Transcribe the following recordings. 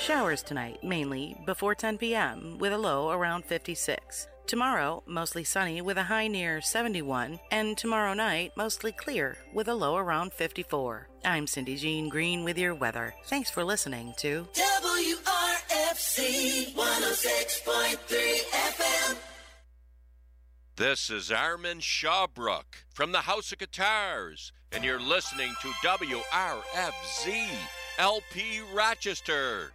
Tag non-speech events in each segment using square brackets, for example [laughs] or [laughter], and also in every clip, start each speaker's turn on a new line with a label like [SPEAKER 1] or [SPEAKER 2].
[SPEAKER 1] showers tonight, mainly before 10 p.m., with a low around 56. Tomorrow, mostly sunny with a high near 71, and tomorrow night, mostly clear with a low around 54. I'm Cindy Jean Green with your weather. Thanks for listening to
[SPEAKER 2] WRFC 106.3 FM.
[SPEAKER 3] This is Armin Shawbrook from the House of Guitars, and you're listening to WRFZ LP Rochester.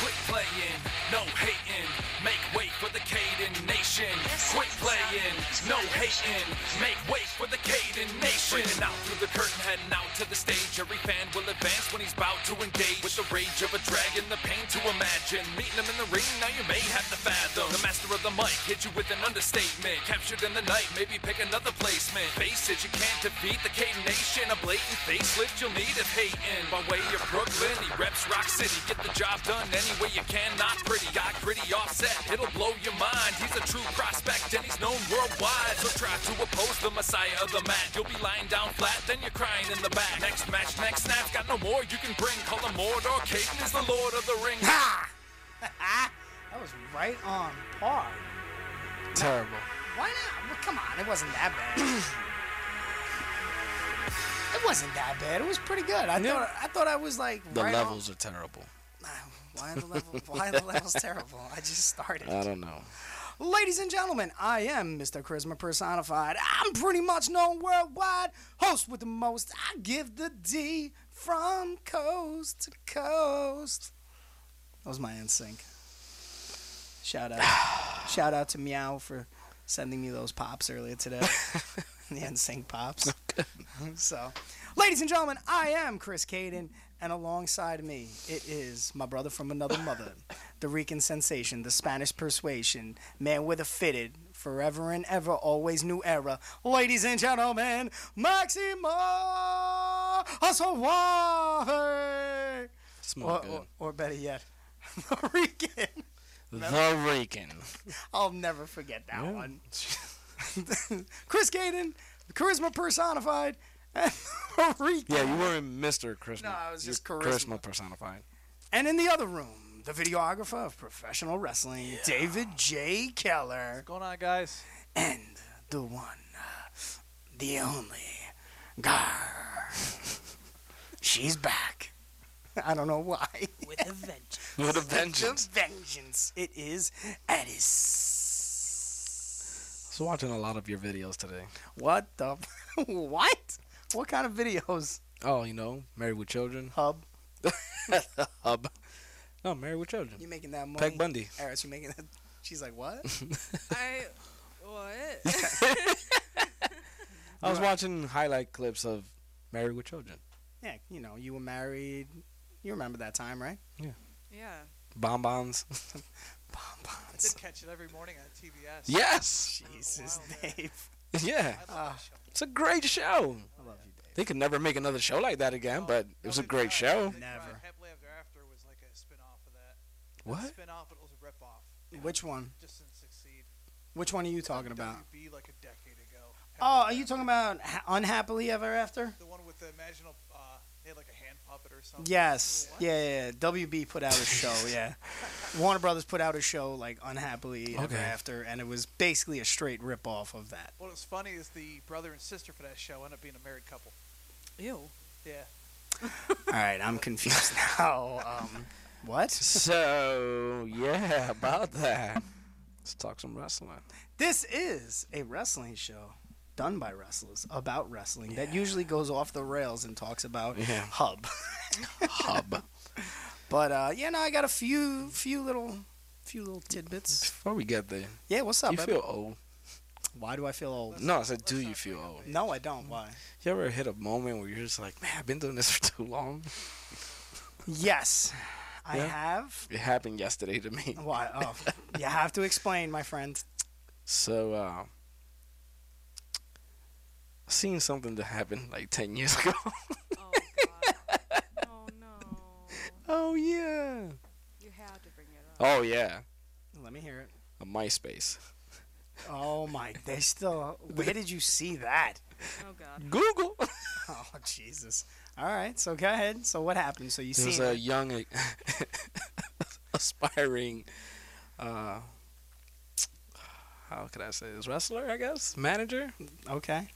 [SPEAKER 4] Quit playing, no hating. Make way for the Caden Nation. Quit playing, no hating. Make way for the Caden Nation. Breaking out through the curtain, heading out to the stage. Every fan will advance when he's about to engage with the rage of a dragon, the pain to imagine. Meeting him in the ring, now you may have to fathom. The master of the mic hit you with an understatement. Captured in the night, maybe pick another placement. Face it, you can't defeat the Caden Nation. A blatant facelift you'll need if hating. By way of Brooklyn, he reps Rock City. Get the job done any way you can, not pretty. Got gritty offset, it'll blow your mind. He's a true prospect and he's known worldwide. So try to oppose the messiah of the mat. You'll be lying down flat, then you're crying in the back. Next match, next snap, got no more you can bring. Call him Mordor, Caden is the lord of the ring. Ha!
[SPEAKER 5] Ah, That was right on par.
[SPEAKER 6] Terrible.
[SPEAKER 5] Why not? Well, come on, it wasn't that
[SPEAKER 6] [clears throat]
[SPEAKER 5] bad. it wasn't that bad. It was pretty good. I
[SPEAKER 6] Yeah.
[SPEAKER 5] thought I thought I was like
[SPEAKER 6] The
[SPEAKER 5] right on-
[SPEAKER 6] levels are terrible.
[SPEAKER 5] [laughs] Why are the level? Why are
[SPEAKER 6] [laughs]
[SPEAKER 5] the levels terrible? I just started.
[SPEAKER 6] I don't know.
[SPEAKER 5] Ladies and gentlemen, I am Mr. Charisma Personified. I'm pretty much known worldwide. Host with the most. I give the D from coast to coast. That was my NSYNC. Shout out. [sighs] Shout out to Meow for sending me those pops earlier today. the NSYNC pops. so, ladies and gentlemen, I am Chris Caden, and alongside me, it is my brother from another mother, the Rican sensation, the Spanish persuasion, man with a fitted, forever and ever, always new era. Ladies and gentlemen, Maximo Asuave!
[SPEAKER 6] Smell
[SPEAKER 5] Or,
[SPEAKER 6] good.
[SPEAKER 5] or, or better yet, [laughs] the Rican.
[SPEAKER 6] the Rican.
[SPEAKER 5] I'll never forget that one. [laughs] Chris Gaden, charisma personified, and [laughs] Rican.
[SPEAKER 6] Yeah, you were in Mr. Charisma.
[SPEAKER 5] No, I was
[SPEAKER 6] You're
[SPEAKER 5] just charisma.
[SPEAKER 6] personified.
[SPEAKER 5] And in the other room, the videographer of professional wrestling, David J. Keller,
[SPEAKER 7] Going on, guys?
[SPEAKER 5] and the one, the only, Gar. She's back. [laughs] I don't know why.
[SPEAKER 8] With a
[SPEAKER 5] [laughs]
[SPEAKER 8] vengeance.
[SPEAKER 6] With a
[SPEAKER 5] The
[SPEAKER 6] vengeance.
[SPEAKER 5] vengeance. It is Addis.
[SPEAKER 6] I was watching a lot of your videos today.
[SPEAKER 5] What the? [laughs] what? What kind of videos?
[SPEAKER 6] Oh, you know, Married with Children.
[SPEAKER 5] Hub.
[SPEAKER 6] Hub. No, Married with Children.
[SPEAKER 5] You making that money?
[SPEAKER 6] Peg Bundy.
[SPEAKER 5] Eris, you making that? She's like, what?
[SPEAKER 8] I. What?
[SPEAKER 6] [laughs] I was watching highlight clips of Married with Children.
[SPEAKER 5] yeah, you know, you were married. You remember that time, right?
[SPEAKER 8] yeah.
[SPEAKER 6] Bonbons. [laughs]
[SPEAKER 7] I did catch it every morning on TBS.
[SPEAKER 6] Yes.
[SPEAKER 5] Jesus,
[SPEAKER 7] Wow,
[SPEAKER 5] [laughs] Dave.
[SPEAKER 6] Yeah.
[SPEAKER 7] I love that show.
[SPEAKER 6] It's a great show.
[SPEAKER 5] I love you, Dave.
[SPEAKER 6] They could never make another show like that again, but it was a
[SPEAKER 5] Oh,
[SPEAKER 7] They
[SPEAKER 6] great
[SPEAKER 7] tried.
[SPEAKER 6] show.
[SPEAKER 7] They tried.
[SPEAKER 5] Never.
[SPEAKER 7] Happily Ever After was like a spin off of that. Not
[SPEAKER 6] What?
[SPEAKER 7] a spin off, but it was a rip off.
[SPEAKER 5] Which one?
[SPEAKER 7] Just didn't succeed.
[SPEAKER 5] Which one are you talking about?
[SPEAKER 7] WB like a decade ago.
[SPEAKER 5] Oh, are you talking about ha- unhappily ever after?
[SPEAKER 7] The one with the imaginal. Uh, they had like a hand puppet or something.
[SPEAKER 5] Yes.
[SPEAKER 7] What?
[SPEAKER 5] Yeah, yeah, yeah. WB put out a [laughs] show. Yeah. Warner Brothers put out a show like unhappily ever
[SPEAKER 6] Okay.
[SPEAKER 5] after, and it was basically a straight rip off of that.
[SPEAKER 7] What was funny is the brother and sister for that show end up being a married couple.
[SPEAKER 8] Ew.
[SPEAKER 7] Yeah.
[SPEAKER 5] All right, I'm confused [laughs] now. Um, what?
[SPEAKER 6] So yeah, about that. Let's talk some wrestling.
[SPEAKER 5] This is a wrestling show done by wrestlers about wrestling that usually goes off the rails and talks about
[SPEAKER 6] Yeah.
[SPEAKER 5] hub. [laughs]
[SPEAKER 6] Hub.
[SPEAKER 5] But uh, yeah, no, I got a few, few little, few little tidbits.
[SPEAKER 6] Before we get there,
[SPEAKER 5] Yeah, what's up?
[SPEAKER 6] you
[SPEAKER 5] baby?
[SPEAKER 6] feel old.
[SPEAKER 5] Why do I feel old?
[SPEAKER 6] No, I said, do you feel old?
[SPEAKER 5] No, I don't. Why?
[SPEAKER 6] You ever hit a moment where you're just like, man, I've been doing this [laughs] for too long?
[SPEAKER 5] Yes, I
[SPEAKER 6] Yeah.
[SPEAKER 5] have.
[SPEAKER 6] It happened yesterday to me.
[SPEAKER 5] Why? Oh, you have to explain, my friend.
[SPEAKER 6] So, uh, seen something that happened like 10 years ago. [laughs]
[SPEAKER 8] Oh god. oh no.
[SPEAKER 6] oh, yeah.
[SPEAKER 8] You had to bring it up.
[SPEAKER 6] Oh, yeah.
[SPEAKER 5] Let me hear it.
[SPEAKER 6] A MySpace.
[SPEAKER 5] Oh my! They still. Where did you see that? [laughs]
[SPEAKER 8] Oh god.
[SPEAKER 6] Google.
[SPEAKER 5] Oh Jesus! All right, so go ahead. So what happened? So you
[SPEAKER 6] There's
[SPEAKER 5] see?
[SPEAKER 6] a [laughs] young, aspiring, uh, how could I say this? Wrestler, I guess? Manager?
[SPEAKER 5] Okay.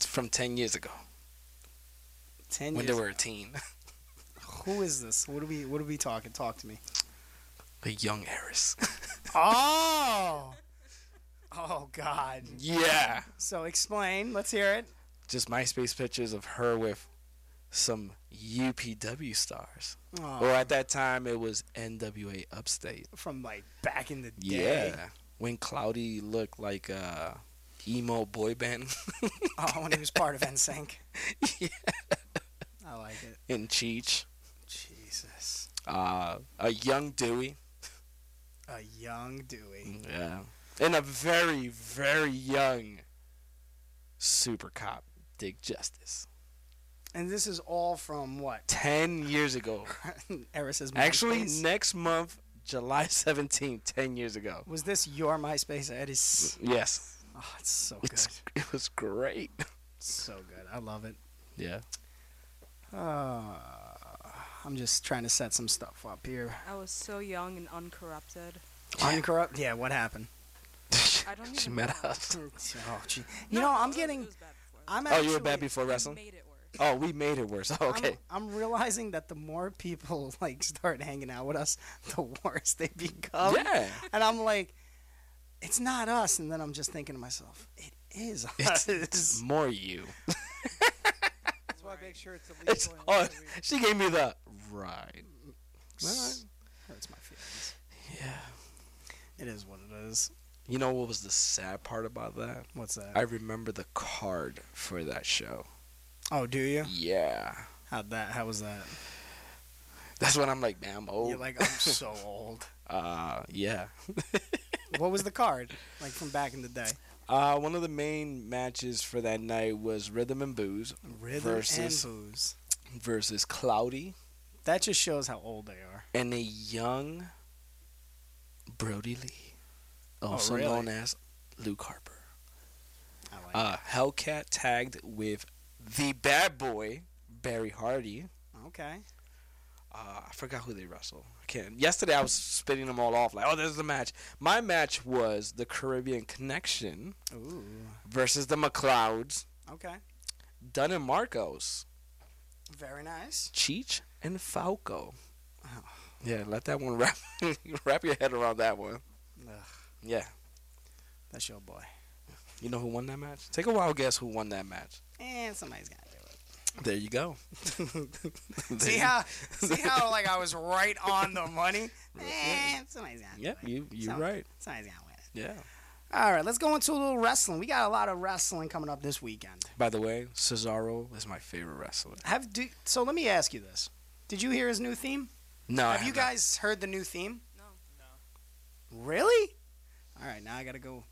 [SPEAKER 6] From 10 years ago
[SPEAKER 5] Ten
[SPEAKER 6] when
[SPEAKER 5] years.
[SPEAKER 6] they were a teen. [laughs]
[SPEAKER 5] Who is this? What are we? What are we talking? Talk to me.
[SPEAKER 6] a young heiress.
[SPEAKER 5] Oh. Oh God.
[SPEAKER 6] yeah.
[SPEAKER 5] So explain. Let's hear it.
[SPEAKER 6] Just MySpace pictures of her with some UPW stars.
[SPEAKER 5] Oh,
[SPEAKER 6] Or at that time, it was NWA Upstate.
[SPEAKER 5] From like back in the
[SPEAKER 6] Yeah.
[SPEAKER 5] day.
[SPEAKER 6] When Cloudy looked like a emo boy band [laughs]
[SPEAKER 5] Oh, [laughs] when he was part of NSYNC. I like it.
[SPEAKER 6] in Cheech.
[SPEAKER 5] Jesus.
[SPEAKER 6] Uh, a young Dewey.
[SPEAKER 5] A young Dewey.
[SPEAKER 6] Yeah. And a very, very young super cop, Dick Justice.
[SPEAKER 5] And this is all from what?
[SPEAKER 6] 10 years
[SPEAKER 5] [laughs]
[SPEAKER 6] ago.
[SPEAKER 5] Eris's
[SPEAKER 6] Actually,
[SPEAKER 5] MySpace?
[SPEAKER 6] next month, July [laughs] 17th, 10 years ago.
[SPEAKER 5] was this your MySpace? It is.
[SPEAKER 6] Yes.
[SPEAKER 5] Oh, it's so good.
[SPEAKER 6] Mm. It's, it was great.
[SPEAKER 5] so good. I love it. Uh,
[SPEAKER 6] Yeah.
[SPEAKER 5] I'm just trying to set some stuff up here.
[SPEAKER 8] I was so young and uncorrupted.
[SPEAKER 5] Uncorrupt. Yeah. What happened?
[SPEAKER 6] [laughs]
[SPEAKER 8] I don't
[SPEAKER 6] she
[SPEAKER 8] even
[SPEAKER 6] met
[SPEAKER 8] know.
[SPEAKER 6] us.
[SPEAKER 5] Oh, gee. You know, I'm
[SPEAKER 8] it was- It
[SPEAKER 5] getting.
[SPEAKER 8] was bad before.
[SPEAKER 5] I'm
[SPEAKER 6] Oh,
[SPEAKER 5] actually,
[SPEAKER 6] you were bad before
[SPEAKER 8] that.
[SPEAKER 6] wrestling?
[SPEAKER 8] made it worse.
[SPEAKER 6] Oh, we made it worse. Oh,
[SPEAKER 5] I'm-
[SPEAKER 6] [laughs] okay.
[SPEAKER 5] I'm, realizing that the more people [laughs] like start hanging out with us, [laughs] the worse they
[SPEAKER 8] oh,
[SPEAKER 5] become.
[SPEAKER 8] [laughs]
[SPEAKER 6] Yeah.
[SPEAKER 5] And I'm like, it's not us. And then I'm just thinking to myself, it is us. [laughs]
[SPEAKER 6] It's, it's [laughs] more you.
[SPEAKER 7] That's why I make sure
[SPEAKER 6] [laughs]
[SPEAKER 7] it's at least
[SPEAKER 6] It's,
[SPEAKER 7] going
[SPEAKER 6] oh,
[SPEAKER 7] once a week.
[SPEAKER 6] she gave me the right.
[SPEAKER 5] hurts my feelings. Yeah. It is what it is.
[SPEAKER 6] You know what was the sad part about that?
[SPEAKER 5] What's that?
[SPEAKER 6] I remember the card for that show.
[SPEAKER 5] oh, do you?
[SPEAKER 6] Yeah.
[SPEAKER 5] How'd that? How was that?
[SPEAKER 6] That's when I'm like, man, I'm old.
[SPEAKER 5] You're like,
[SPEAKER 6] [laughs]
[SPEAKER 5] I'm so old.
[SPEAKER 6] uh, yeah.
[SPEAKER 5] What was the card? Like from back in the day.
[SPEAKER 6] Uh, one of the main matches for that night was Rhythm and Booze
[SPEAKER 5] Rhythm
[SPEAKER 6] Versus-
[SPEAKER 5] and booze.
[SPEAKER 6] versus Cloudy
[SPEAKER 5] That just shows how old they are.
[SPEAKER 6] and a young Brody Lee, also
[SPEAKER 5] Oh, really?
[SPEAKER 6] known as Luke Harper.
[SPEAKER 5] I like
[SPEAKER 6] Uh, Hellcat tagged with the bad boy, Barry Hardy.
[SPEAKER 5] it. Okay.
[SPEAKER 6] uh, I forgot who they wrestled. I can't. Yesterday I was spitting them all off like, oh, there's the match. My match was the Caribbean Connection
[SPEAKER 5] Ooh.
[SPEAKER 6] versus the McLeods,
[SPEAKER 5] Okay.
[SPEAKER 6] Dunn and Marcos,
[SPEAKER 5] Very nice.
[SPEAKER 6] Cheech and Falco. Yeah, let that one [laughs] wrap wrap your head around that one.
[SPEAKER 5] Ugh,
[SPEAKER 6] Yeah,
[SPEAKER 5] that's your boy.
[SPEAKER 6] you know who won that match? Take a wild guess who won that match.
[SPEAKER 5] And somebody's got to do it.
[SPEAKER 6] There you [laughs] go.
[SPEAKER 5] See
[SPEAKER 6] you-
[SPEAKER 5] how? see how? Like I was right on the [laughs] money. And Eh, somebody's got to
[SPEAKER 6] Yeah,
[SPEAKER 5] do it.
[SPEAKER 6] you you're
[SPEAKER 5] Some-
[SPEAKER 6] right.
[SPEAKER 5] Somebody's got to win it.
[SPEAKER 6] Yeah.
[SPEAKER 5] All right, let's go into a little wrestling. We got a lot of wrestling coming up this weekend.
[SPEAKER 6] By the way, Cesaro is my favorite wrestler.
[SPEAKER 5] Have do, so? Let me ask you this: Did you hear his new theme?
[SPEAKER 6] No, I
[SPEAKER 5] Have you
[SPEAKER 6] haven't.
[SPEAKER 5] guys heard the new theme?
[SPEAKER 8] No.
[SPEAKER 5] Really? All right, now I gotta go.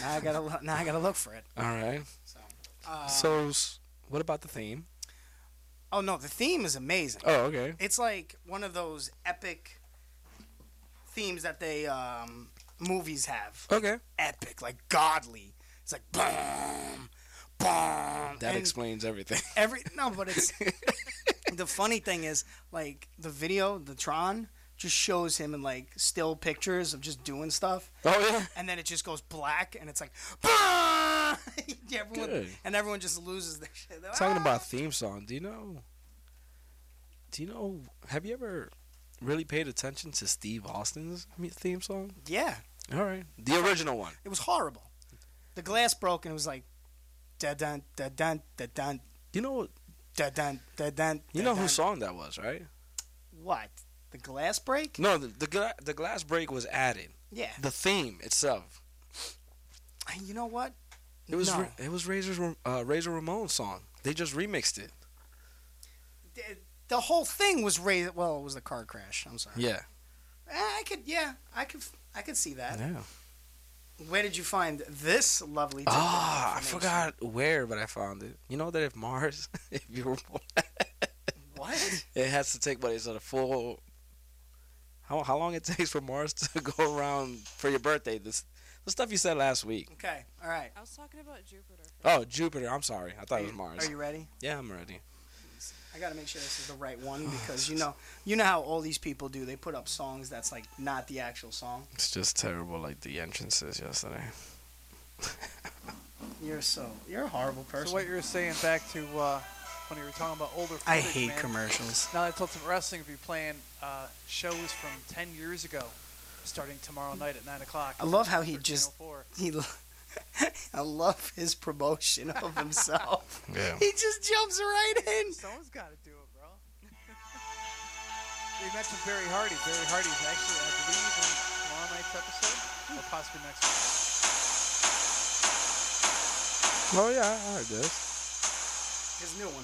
[SPEAKER 5] Now I gotta look. Now I gotta look for it.
[SPEAKER 6] All right.
[SPEAKER 5] So,
[SPEAKER 6] So, s- what about the theme?
[SPEAKER 5] oh no, the theme is amazing.
[SPEAKER 6] Oh, okay.
[SPEAKER 5] It's like one of those epic themes that they um, movies have.
[SPEAKER 6] Okay.
[SPEAKER 5] Epic, like godly. It's like boom, boom.
[SPEAKER 6] That
[SPEAKER 5] and
[SPEAKER 6] explains everything. [laughs]
[SPEAKER 5] every no, but it's the funny thing is like the video, the Tron just shows him in like still pictures of just doing stuff.
[SPEAKER 6] Oh yeah.
[SPEAKER 5] and then it just goes black, and it's like, [laughs] "Bah!" everyone,
[SPEAKER 6] Good.
[SPEAKER 5] and everyone just loses their shit. They're,
[SPEAKER 6] Talking
[SPEAKER 5] "Ah!"
[SPEAKER 6] about theme song, do you know? Do you know? Have you ever really paid attention to Steve Austin's me- theme song?
[SPEAKER 5] "Ah!" yeah,
[SPEAKER 6] All right, the
[SPEAKER 5] Uh-huh.
[SPEAKER 6] original one.
[SPEAKER 5] it was horrible. The glass broke, and it was like, da dun da dun da dun
[SPEAKER 6] You know,
[SPEAKER 5] da dun da dun.
[SPEAKER 6] you
[SPEAKER 5] da
[SPEAKER 6] know
[SPEAKER 5] dun.
[SPEAKER 6] whose song that was, right?
[SPEAKER 5] What? The glass break?
[SPEAKER 6] No, the the, gla- the glass break was added.
[SPEAKER 5] Yeah.
[SPEAKER 6] The theme itself.
[SPEAKER 5] And You know what?
[SPEAKER 6] It was
[SPEAKER 5] No.
[SPEAKER 6] Ra- it was Razor's Ra- uh, Razor Ramon's song. They just remixed it.
[SPEAKER 5] The, the whole thing was raised. Well, it was the car crash. I'm sorry.
[SPEAKER 6] Yeah.
[SPEAKER 5] Eh, I could. Yeah, I could. I could see that.
[SPEAKER 6] Yeah.
[SPEAKER 5] Where did you find this lovely? tidbit of
[SPEAKER 6] Ah, I
[SPEAKER 5] information?
[SPEAKER 6] forgot where, but I found it. You know that if Mars, [laughs] if you were born,
[SPEAKER 5] What?
[SPEAKER 6] it has to take place on a full. How, how long it [laughs] takes for Mars to go around for your birthday? This the stuff you said last week.
[SPEAKER 5] Okay, all right.
[SPEAKER 8] I was talking about Jupiter.
[SPEAKER 6] Oh, Jupiter. I'm sorry. I thought it was Mars.
[SPEAKER 5] Are you ready?
[SPEAKER 6] yeah, I'm ready.
[SPEAKER 5] I gotta make sure this is the right one because you know, you know how all these people do. They put up songs that's like not the actual song.
[SPEAKER 6] It's just terrible, like the entrances yesterday.
[SPEAKER 5] You're so you're a horrible person.
[SPEAKER 7] So what you were saying back to uh, when you were talking about older footage,
[SPEAKER 5] I hate
[SPEAKER 7] man.
[SPEAKER 5] commercials.
[SPEAKER 7] Now that Ultimate Wrestling will be playing uh, shows from 10 years ago, starting tomorrow night at 9 o'clock.
[SPEAKER 5] I love how he just
[SPEAKER 7] 1304.
[SPEAKER 5] [laughs] he. lo- [laughs] I love his promotion of [laughs] himself.
[SPEAKER 6] Yeah.
[SPEAKER 5] he just jumps right in.
[SPEAKER 7] Someone's got to do it, bro. we mentioned Barry Hardy. Barry Hardy's actually, I believe, in tomorrow night's episode, or possibly next one.
[SPEAKER 6] [laughs] Oh yeah, I heard this.
[SPEAKER 5] His new one.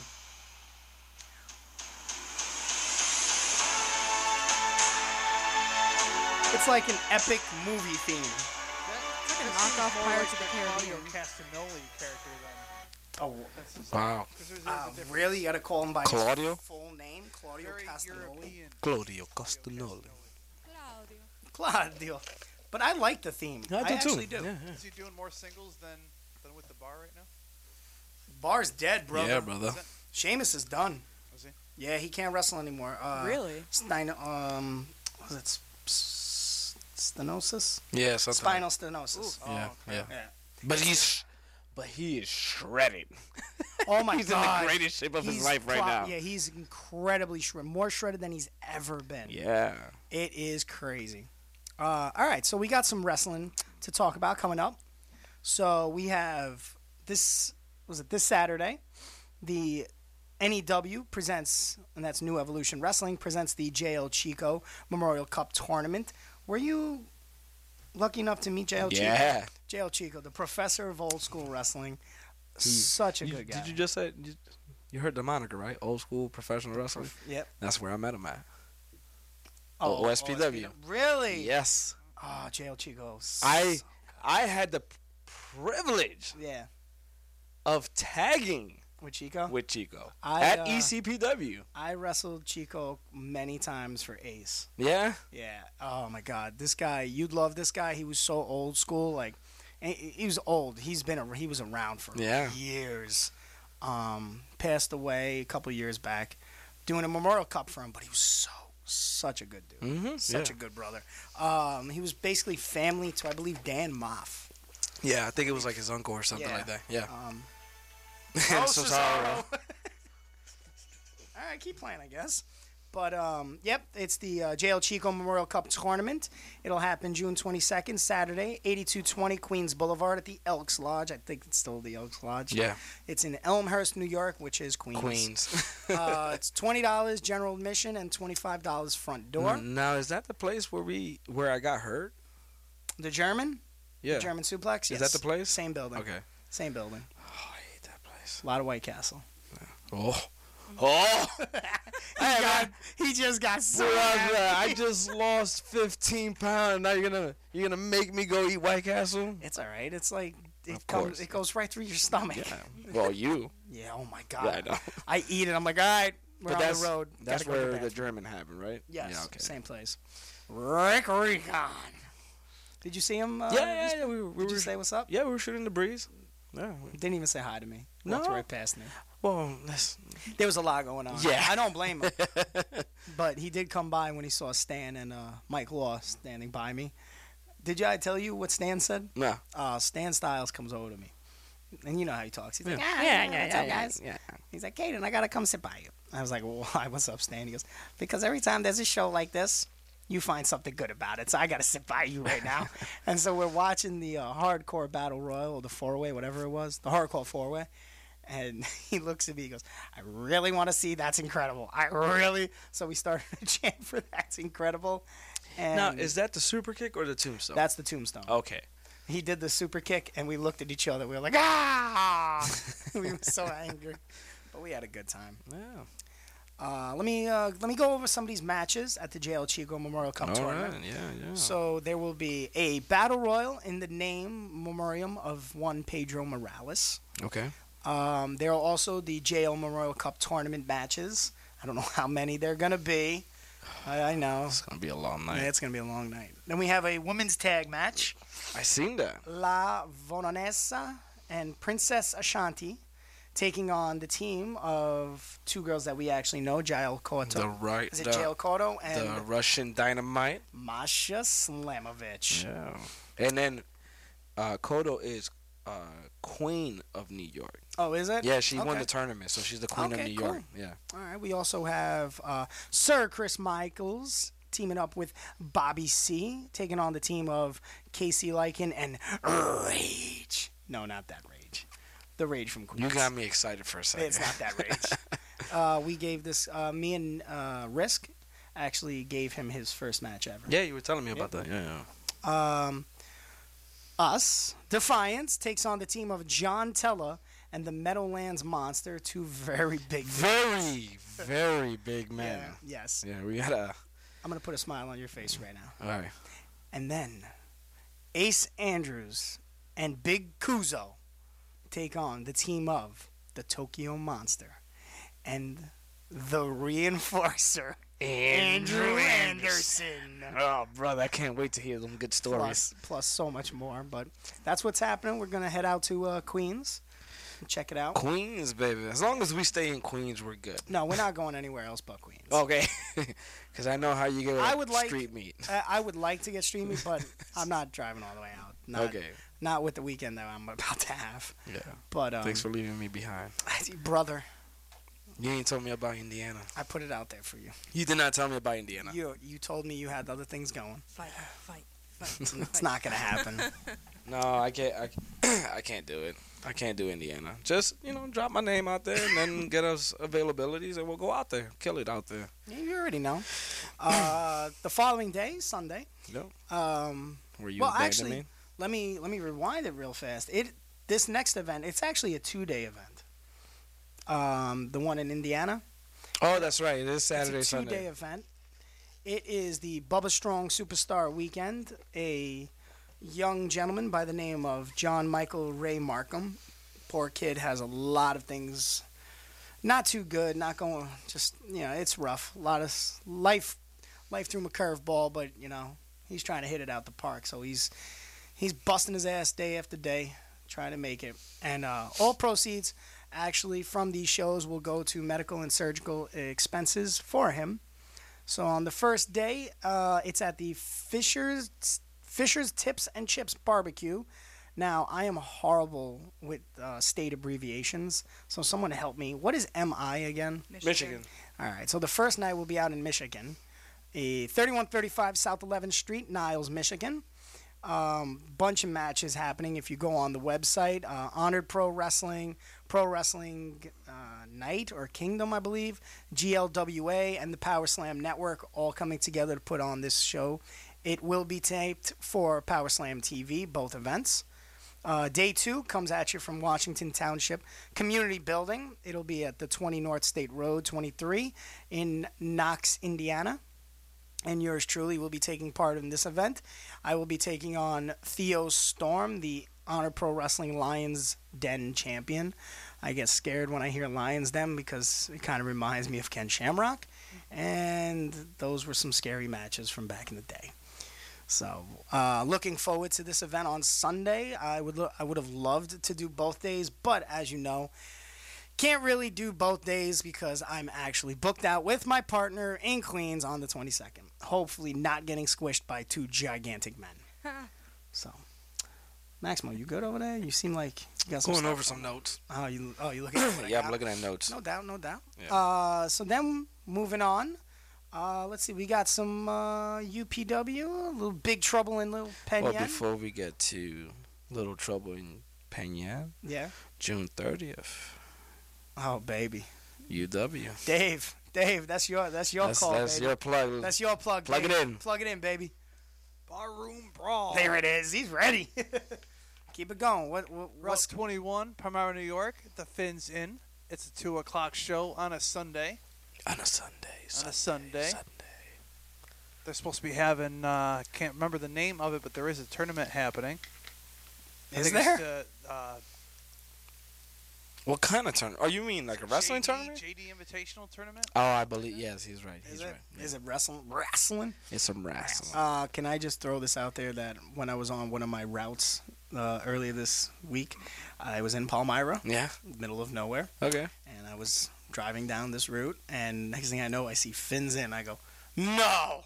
[SPEAKER 5] It's like an epic movie theme.
[SPEAKER 7] That,
[SPEAKER 8] a knockoff
[SPEAKER 7] more
[SPEAKER 8] Pirates of the
[SPEAKER 7] Mario
[SPEAKER 8] Caribbean.
[SPEAKER 7] Castanoli character then.
[SPEAKER 5] Oh,
[SPEAKER 7] That's just,
[SPEAKER 6] Wow.
[SPEAKER 7] 'cause there's, there's
[SPEAKER 5] uh,
[SPEAKER 7] a different
[SPEAKER 5] really? You gotta call him by his
[SPEAKER 6] Claudio?
[SPEAKER 5] full name, Claudio
[SPEAKER 7] very
[SPEAKER 5] Castagnoli.
[SPEAKER 7] European.
[SPEAKER 6] Claudio Castagnoli.
[SPEAKER 5] Claudio. But I like the theme.
[SPEAKER 6] I do too.
[SPEAKER 5] actually do.
[SPEAKER 6] Yeah,
[SPEAKER 7] Is he doing more singles than than with the bar right now?
[SPEAKER 5] Bar's dead, brother.
[SPEAKER 6] yeah, brother.
[SPEAKER 5] Sheamus is done.
[SPEAKER 7] Is
[SPEAKER 5] Yeah, he can't wrestle anymore. Uh,
[SPEAKER 8] really?
[SPEAKER 5] Stein, um, was it s- s- stenosis?
[SPEAKER 6] Yeah, something.
[SPEAKER 5] Spinal stenosis.
[SPEAKER 6] Yeah, yeah.
[SPEAKER 5] Yeah.
[SPEAKER 6] But he's, but he is shredded.
[SPEAKER 5] Oh my
[SPEAKER 6] He's in
[SPEAKER 5] god.
[SPEAKER 6] the greatest shape of his
[SPEAKER 5] He's
[SPEAKER 6] life right
[SPEAKER 5] pro-
[SPEAKER 6] now.
[SPEAKER 5] Yeah, he's incredibly shredded, more shredded than he's ever been.
[SPEAKER 6] Yeah.
[SPEAKER 5] It is crazy. Uh, all right, so we got some wrestling to talk about coming up. So we have this was it this Saturday, the NEW presents, and that's New Evolution Wrestling presents the JL Chico Memorial Cup tournament. Were you lucky enough to meet JL
[SPEAKER 6] Yeah.
[SPEAKER 5] Chico? JL Chico, the professor of old school wrestling, such a
[SPEAKER 6] You-
[SPEAKER 5] good guy.
[SPEAKER 6] Did you just say you, you heard the moniker right? Old school professional wrestling.
[SPEAKER 5] Yep.
[SPEAKER 6] That's where I met him at. Oh, OSPW.
[SPEAKER 5] Really?
[SPEAKER 6] Yes.
[SPEAKER 5] Oh, JL Chico. s-
[SPEAKER 6] I I had the privilege
[SPEAKER 5] yeah
[SPEAKER 6] of tagging
[SPEAKER 5] with Chico.
[SPEAKER 6] with Chico
[SPEAKER 5] I,
[SPEAKER 6] at E
[SPEAKER 5] uh,
[SPEAKER 6] ECPW.
[SPEAKER 5] I wrestled Chico many times for Ace.
[SPEAKER 6] Yeah.
[SPEAKER 5] Yeah. Oh my God, this guy, you'd love this guy. He was so old school. Like, and he he was old. He's been a, he was around for
[SPEAKER 6] Yeah.
[SPEAKER 5] years. Um, passed away a couple years back, doing a memorial cup for him. But he was so such a good dude.
[SPEAKER 6] Mhm,
[SPEAKER 5] Such a good brother. Um, he was basically family to I believe Dan Moff.
[SPEAKER 6] Yeah, I think it was like his uncle or something
[SPEAKER 5] Yeah.
[SPEAKER 6] like that. Yeah.
[SPEAKER 5] Um,
[SPEAKER 6] [laughs] I'm so sorry. [laughs]
[SPEAKER 5] All right, keep playing, I guess. But um, yep, it's the uh, JL Chico Memorial Cup tournament. It'll happen June 22nd, Saturday, 8220 Queens Boulevard at the Elks Lodge. I think it's still the Elks Lodge.
[SPEAKER 6] Yeah.
[SPEAKER 5] It's in Elmhurst, New York, which is Queens.
[SPEAKER 6] [laughs] Queens.
[SPEAKER 5] uh, it's $20 general admission and $25 front door.
[SPEAKER 6] now is that the place where we where I got hurt?
[SPEAKER 5] The German?
[SPEAKER 6] Yeah.
[SPEAKER 5] The German suplex? Yes.
[SPEAKER 6] Is that the place?
[SPEAKER 5] Same building.
[SPEAKER 6] Okay.
[SPEAKER 5] Same building.
[SPEAKER 6] Oh, I hate that place.
[SPEAKER 5] A lot of White Castle. [laughs]
[SPEAKER 6] Oh. Oh,
[SPEAKER 5] he, got- he just got so
[SPEAKER 6] brother!
[SPEAKER 5] happy.
[SPEAKER 6] I just lost 15 pounds. Now you're gonna you're gonna make me go eat White Castle?
[SPEAKER 5] It's all right. It's like it
[SPEAKER 6] Of
[SPEAKER 5] comes.
[SPEAKER 6] course.
[SPEAKER 5] It goes right through your stomach. Yeah.
[SPEAKER 6] Well, you.
[SPEAKER 5] oh my god.
[SPEAKER 6] Yeah, I know.
[SPEAKER 5] I eat it. I'm like, all right, we're on the road.
[SPEAKER 6] That's
[SPEAKER 5] Gotta go to
[SPEAKER 6] where the
[SPEAKER 5] bathroom."
[SPEAKER 6] German happened, right?
[SPEAKER 5] yes,
[SPEAKER 6] Yeah. Okay.
[SPEAKER 5] same place. Rick Recon. Did you see him? Uh,
[SPEAKER 6] Yeah, yeah,
[SPEAKER 5] this-
[SPEAKER 6] yeah. We, were- we
[SPEAKER 5] Did
[SPEAKER 6] were
[SPEAKER 5] you say what's up?
[SPEAKER 6] Yeah, we were shooting the breeze. Yeah. we-
[SPEAKER 5] Didn't even say hi to me. Walked
[SPEAKER 6] No.
[SPEAKER 5] right past me.
[SPEAKER 6] Well, that's
[SPEAKER 5] There was a lot going on.
[SPEAKER 6] Yeah.
[SPEAKER 5] I don't blame
[SPEAKER 6] [laughs]
[SPEAKER 5] him. but he did come by when he saw Stan and uh, Mike Law standing by me. Did I tell you what Stan said?
[SPEAKER 6] no.
[SPEAKER 5] Uh, Stan Styles comes over to me. And you know how he talks. He's like,
[SPEAKER 6] Yeah.
[SPEAKER 5] ah, yeah, yeah, what's up, guys?
[SPEAKER 6] Yeah.
[SPEAKER 5] He's like, Kaden, I gotta come sit by you. I was like, [laughs] Why? What's up, Stan? He goes, Because every time there's a show like this, you find something good about it. So I gotta sit by you
[SPEAKER 6] [laughs]
[SPEAKER 5] right now. and so we're watching the uh, hardcore battle royal, or the four way, whatever it was, the hardcore four way. And [laughs] he looks at me, he goes, I really wanna see That's Incredible. I really. So we started a [laughs] chant for That's Incredible. And
[SPEAKER 6] Now, is that the super kick or the tombstone?
[SPEAKER 5] that's the tombstone.
[SPEAKER 6] okay.
[SPEAKER 5] He did the super kick, and we looked at each other. We were like, [laughs] ah! we were so angry. But we had a good time.
[SPEAKER 6] Yeah.
[SPEAKER 5] Uh, let me uh, let me go over some of these matches at the JL Chico Memorial Cup
[SPEAKER 6] All
[SPEAKER 5] tournament.
[SPEAKER 6] right, yeah,
[SPEAKER 5] Oh.
[SPEAKER 6] yeah.
[SPEAKER 5] So there will be a battle royal in the name memoriam of one Pedro Morales.
[SPEAKER 6] okay.
[SPEAKER 5] Um, there are also the JL Memorial Cup tournament matches. I don't know how many they're gonna be. I, I know.
[SPEAKER 6] It's gonna be a long night.
[SPEAKER 5] Yeah, it's gonna be a long night. Then we have a women's tag match.
[SPEAKER 6] I seen that.
[SPEAKER 5] La Vononessa and Princess Ashanti taking on the team of two girls that we actually know, Jael Cotto.
[SPEAKER 6] The right,
[SPEAKER 5] Is it
[SPEAKER 6] the-
[SPEAKER 5] Jael Cotto and
[SPEAKER 6] The Russian dynamite.
[SPEAKER 5] Masha Slamovich?
[SPEAKER 6] Yeah. And then uh, Kodo is uh, queen of New York.
[SPEAKER 5] Oh, is it?
[SPEAKER 6] Yeah, she won
[SPEAKER 5] Okay.
[SPEAKER 6] the tournament, so she's the queen
[SPEAKER 5] Okay,
[SPEAKER 6] of New
[SPEAKER 5] cool.
[SPEAKER 6] York. Yeah.
[SPEAKER 5] All right. We also have uh, Sir Chris Michaels teaming up with Bobby C, taking on the team of Casey Lycan and Rage. No, not that Rage. The Rage from Queens.
[SPEAKER 6] You got me excited for a second.
[SPEAKER 5] It's not that rage. uh, we gave this. Uh, me and uh, Risk actually gave him his first match ever.
[SPEAKER 6] yeah, you were telling me about that. Yeah, yeah.
[SPEAKER 5] Um, us Defiance takes on the team of John Tella and the Meadowlands Monster. Two very big.
[SPEAKER 6] Very, very big
[SPEAKER 5] Yeah,
[SPEAKER 6] man.
[SPEAKER 5] Yes.
[SPEAKER 6] Yeah, we gotta.
[SPEAKER 5] I'm gonna put a smile on your face right now.
[SPEAKER 6] All right.
[SPEAKER 5] And then Ace Andrews and Big Kuzo take on the team of the Tokyo Monster and the [laughs] Reinforcer. Andrew Anderson.
[SPEAKER 6] Oh, brother, I can't wait to hear them good stories.
[SPEAKER 5] Plus, plus so much more. But that's what's happening. We're going to head out to uh, Queens and check it out.
[SPEAKER 6] Queens, baby. As long as we stay in Queens, we're good.
[SPEAKER 5] No, we're not going anywhere else but Queens.
[SPEAKER 6] Okay. [laughs] Because I know how you get
[SPEAKER 5] I would like-
[SPEAKER 6] street meat.
[SPEAKER 5] I, I would like to get streaming, but I'm not driving all the way out. Not,
[SPEAKER 6] okay.
[SPEAKER 5] Not with the weekend that I'm about to have.
[SPEAKER 6] Yeah.
[SPEAKER 5] But, um,
[SPEAKER 6] Thanks for leaving me behind.
[SPEAKER 5] brother,
[SPEAKER 6] You ain't told me about Indiana.
[SPEAKER 5] I put it out there for you.
[SPEAKER 6] You did not tell me about Indiana.
[SPEAKER 5] You you told me you had other things going.
[SPEAKER 8] Fight, fight, fight.
[SPEAKER 5] It's not going to
[SPEAKER 6] [laughs]
[SPEAKER 5] happen.
[SPEAKER 6] No, I [clears throat] can't. I, I can't do it. I can't do Indiana. Just you know, drop my name out there and [laughs] then get us availabilities, and we'll go out there, kill it out there.
[SPEAKER 5] Yeah, you already know. Uh, the following day, Sunday.
[SPEAKER 6] Yep.
[SPEAKER 5] Um,
[SPEAKER 6] Were you
[SPEAKER 5] well,
[SPEAKER 6] abandoned
[SPEAKER 5] actually,
[SPEAKER 6] me?
[SPEAKER 5] let me let me rewind it real fast. It this next event, it's actually a two day event. Um, the one in Indiana,
[SPEAKER 6] Oh, that's right. It is
[SPEAKER 5] it's
[SPEAKER 6] Saturday,
[SPEAKER 5] a two day
[SPEAKER 6] Sunday.
[SPEAKER 5] event. It is the Bubba Strong Superstar Weekend. A young gentleman by the name of John Michael Ray Markham. Poor kid has a lot of things, not too good, not going. Just you know, it's rough. A lot of s- life, life threw him a curveball, but you know, he's trying to hit it out the park. So he's he's busting his ass day after day, trying to make it. And uh, all proceeds actually from these shows will go to medical and surgical expenses for him. So on the first day, uh, it's at the Fisher's Fisher's Tips and Chips Barbecue. Now I am horrible with uh, state abbreviations, so someone help me. What is MI again?
[SPEAKER 6] Michigan.
[SPEAKER 5] All right. So the first night will be out in Michigan, eh, 3135 South 11th Street, Niles, Michigan. Um, bunch of matches happening. If you go on the website, uh, Honored Pro Wrestling, Pro Wrestling uh, Night or Kingdom, I believe, GLWA, and the Power Slam Network all coming together to put on this show. It will be taped for Power Slam TV, both events. Uh, day two comes at you from Washington Township Community Building. It'll be at the 20 North State Road 23 in Knox, Indiana. And yours truly will be taking part in this event. I will be taking on Theo Storm, the Honor Pro Wrestling Lions Den champion. I get scared when I hear Lions Den because it kind of reminds me of Ken Shamrock. And those were some scary matches from back in the day. So, uh, looking forward to this event on Sunday. I would lo- I would have loved to do both days, but as you know, can't really do both days because I'm actually booked out with my partner in Queens on the 22nd. Hopefully, not getting squished by two gigantic men. so, Maximo, you good over there? You seem like you got some
[SPEAKER 6] Going
[SPEAKER 5] stuff
[SPEAKER 6] over some
[SPEAKER 5] on.
[SPEAKER 6] notes.
[SPEAKER 5] Oh, you oh you looking? at what
[SPEAKER 6] [clears throat]
[SPEAKER 5] I
[SPEAKER 6] Yeah, I'm
[SPEAKER 5] got?
[SPEAKER 6] looking at notes.
[SPEAKER 5] No doubt, no doubt. Uh, so then moving on. Uh, let's see, we got some uh, UPW, a little Big Trouble in Little Penny.
[SPEAKER 6] Well, before we get to Little Trouble in Penyan,
[SPEAKER 5] yeah.
[SPEAKER 6] June 30th,
[SPEAKER 5] Oh baby,
[SPEAKER 6] UW.
[SPEAKER 5] Dave, Dave, that's your that's your
[SPEAKER 6] that's
[SPEAKER 5] call,
[SPEAKER 6] that's
[SPEAKER 5] baby.
[SPEAKER 6] your plug.
[SPEAKER 5] that's your plug.
[SPEAKER 6] Plug it
[SPEAKER 5] baby.
[SPEAKER 6] in.
[SPEAKER 5] Plug it in, baby.
[SPEAKER 7] Barroom Brawl.
[SPEAKER 5] There it is. He's ready. [laughs] Keep it going. What? what
[SPEAKER 7] Russ
[SPEAKER 5] what's-
[SPEAKER 7] 21, Palmyra, New York, at the Finn's Inn. It's a 2 o'clock show on a Sunday.
[SPEAKER 6] on a Sunday.
[SPEAKER 7] on
[SPEAKER 6] Sun-
[SPEAKER 7] a Sunday.
[SPEAKER 6] Sunday.
[SPEAKER 7] They're supposed to be having. Uh, can't remember the name of it, but there is a tournament happening. I
[SPEAKER 5] Is
[SPEAKER 7] think it's
[SPEAKER 5] there?
[SPEAKER 7] the, uh,
[SPEAKER 6] What kind of tournament? Oh, you mean like a wrestling
[SPEAKER 7] JD
[SPEAKER 6] tournament?
[SPEAKER 7] JD Invitational tournament.
[SPEAKER 6] Oh, I believe yes, he's right. He's
[SPEAKER 5] Is it?
[SPEAKER 6] right. Yeah.
[SPEAKER 5] Is it wrestling? Wrestling?
[SPEAKER 6] It's some wrestling.
[SPEAKER 5] Uh, can I just throw this out there that when I was on one of my routes uh, earlier this week, I was in Palmyra,
[SPEAKER 6] Yeah.
[SPEAKER 5] middle of nowhere,
[SPEAKER 6] Okay.
[SPEAKER 5] and I was driving down this route, and next thing I know, I see Finn's in. I go, no,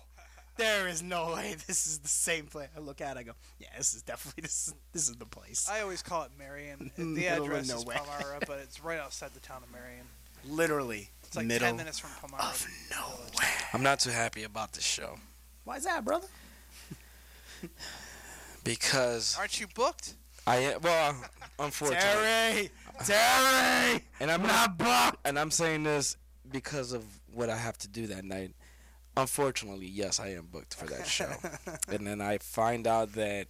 [SPEAKER 5] there is no way [laughs] this is the same place. I look at, it, I go, yeah, this is definitely [laughs] this is, this is the place.
[SPEAKER 6] Uh,
[SPEAKER 7] I always call it
[SPEAKER 5] [laughs]
[SPEAKER 7] Marion.
[SPEAKER 5] Mm,
[SPEAKER 7] The
[SPEAKER 5] middle of
[SPEAKER 7] address is
[SPEAKER 5] nowhere.
[SPEAKER 7] Palmyra,
[SPEAKER 5] [laughs]
[SPEAKER 7] but it's right outside the town of Marion.
[SPEAKER 5] Literally,
[SPEAKER 7] It's like
[SPEAKER 5] middle
[SPEAKER 7] ten minutes from Palmyra.
[SPEAKER 5] of nowhere.
[SPEAKER 6] I'm not too happy about this show
[SPEAKER 5] Why's that, brother?
[SPEAKER 6] because
[SPEAKER 7] Aren't you booked?
[SPEAKER 6] I well, unfortunately,
[SPEAKER 5] Terry, [laughs] Terry,
[SPEAKER 6] and I'm not
[SPEAKER 5] not booked.
[SPEAKER 6] and I'm saying this because of what I have to do that night. Unfortunately, yes, I am booked for that
[SPEAKER 5] [laughs]
[SPEAKER 6] show. and then I find out that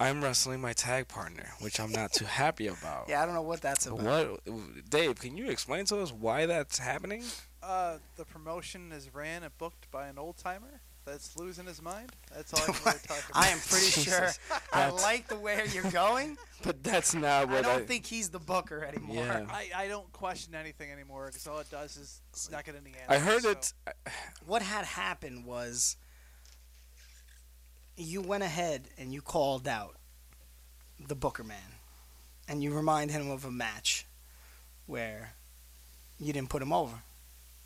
[SPEAKER 6] I'm wrestling my tag partner, which I'm not too happy about.
[SPEAKER 5] Yeah, I don't know what that's about.
[SPEAKER 6] What, Dave? Can you explain to us why that's happening?
[SPEAKER 7] Uh, the promotion is ran and booked by an old timer that's losing his mind. That's all I can
[SPEAKER 5] [laughs]
[SPEAKER 7] really talk about.
[SPEAKER 5] I am
[SPEAKER 6] [laughs]
[SPEAKER 5] pretty
[SPEAKER 6] Jesus.
[SPEAKER 5] sure I
[SPEAKER 6] That's-
[SPEAKER 5] like the where you're going.
[SPEAKER 6] But that's not [laughs]
[SPEAKER 5] I
[SPEAKER 6] what I.
[SPEAKER 5] don't think he's the booker anymore.
[SPEAKER 6] Yeah.
[SPEAKER 7] I, I don't question anything anymore because all it does is snuck it in the end.
[SPEAKER 6] I heard
[SPEAKER 7] so-
[SPEAKER 6] it.
[SPEAKER 5] What had happened was you went ahead and you called out the booker man and you remind him of a match where you didn't put him over.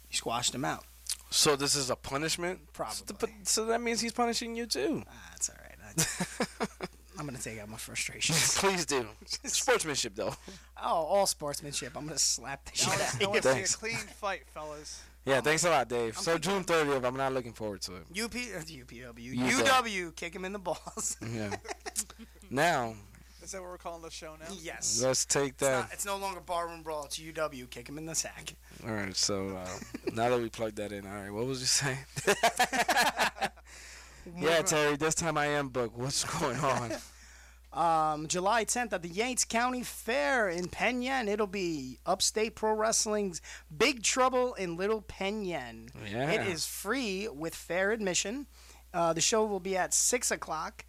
[SPEAKER 5] You squashed him out.
[SPEAKER 6] So this is a punishment. So, th- but,
[SPEAKER 5] Probably.
[SPEAKER 6] so that means he's punishing you too.
[SPEAKER 5] Ah, it's all right. [laughs] I, I'm going to take out my frustration.
[SPEAKER 6] Please do. [laughs] Sportsmanship though.
[SPEAKER 5] [laughs] Oh, all sportsmanship. I'm going to slap [laughs] the shit
[SPEAKER 7] I
[SPEAKER 5] out
[SPEAKER 7] wanna-
[SPEAKER 5] of
[SPEAKER 7] I want to see
[SPEAKER 6] Thanks.
[SPEAKER 7] a clean fight, fellas.
[SPEAKER 6] Yeah, thanks a lot, Dave. so June 30th, I'm not looking forward [laughs] to it.
[SPEAKER 5] UP, UPW,
[SPEAKER 6] You bet.
[SPEAKER 5] UW, kick him in the balls. [laughs]
[SPEAKER 6] Yeah. now
[SPEAKER 7] Is that what we're calling the show now?
[SPEAKER 5] yes.
[SPEAKER 6] let's take
[SPEAKER 5] It's,
[SPEAKER 6] that.
[SPEAKER 5] not, Uh, it's no longer barroom brawl. It's UW. Kick him in the sack.
[SPEAKER 6] All right. So uh, now that we plugged that in, all right. What was you saying? [laughs] yeah, Terry. This time I am booked. What's going on?
[SPEAKER 5] Um, July 10th at the Yates County Fair in Penyon. It'll be Upstate Pro Wrestling's Big Trouble in Little Penyon.
[SPEAKER 6] Yeah.
[SPEAKER 5] It is free with fair admission. Uh, the show will be at 6 o'clock.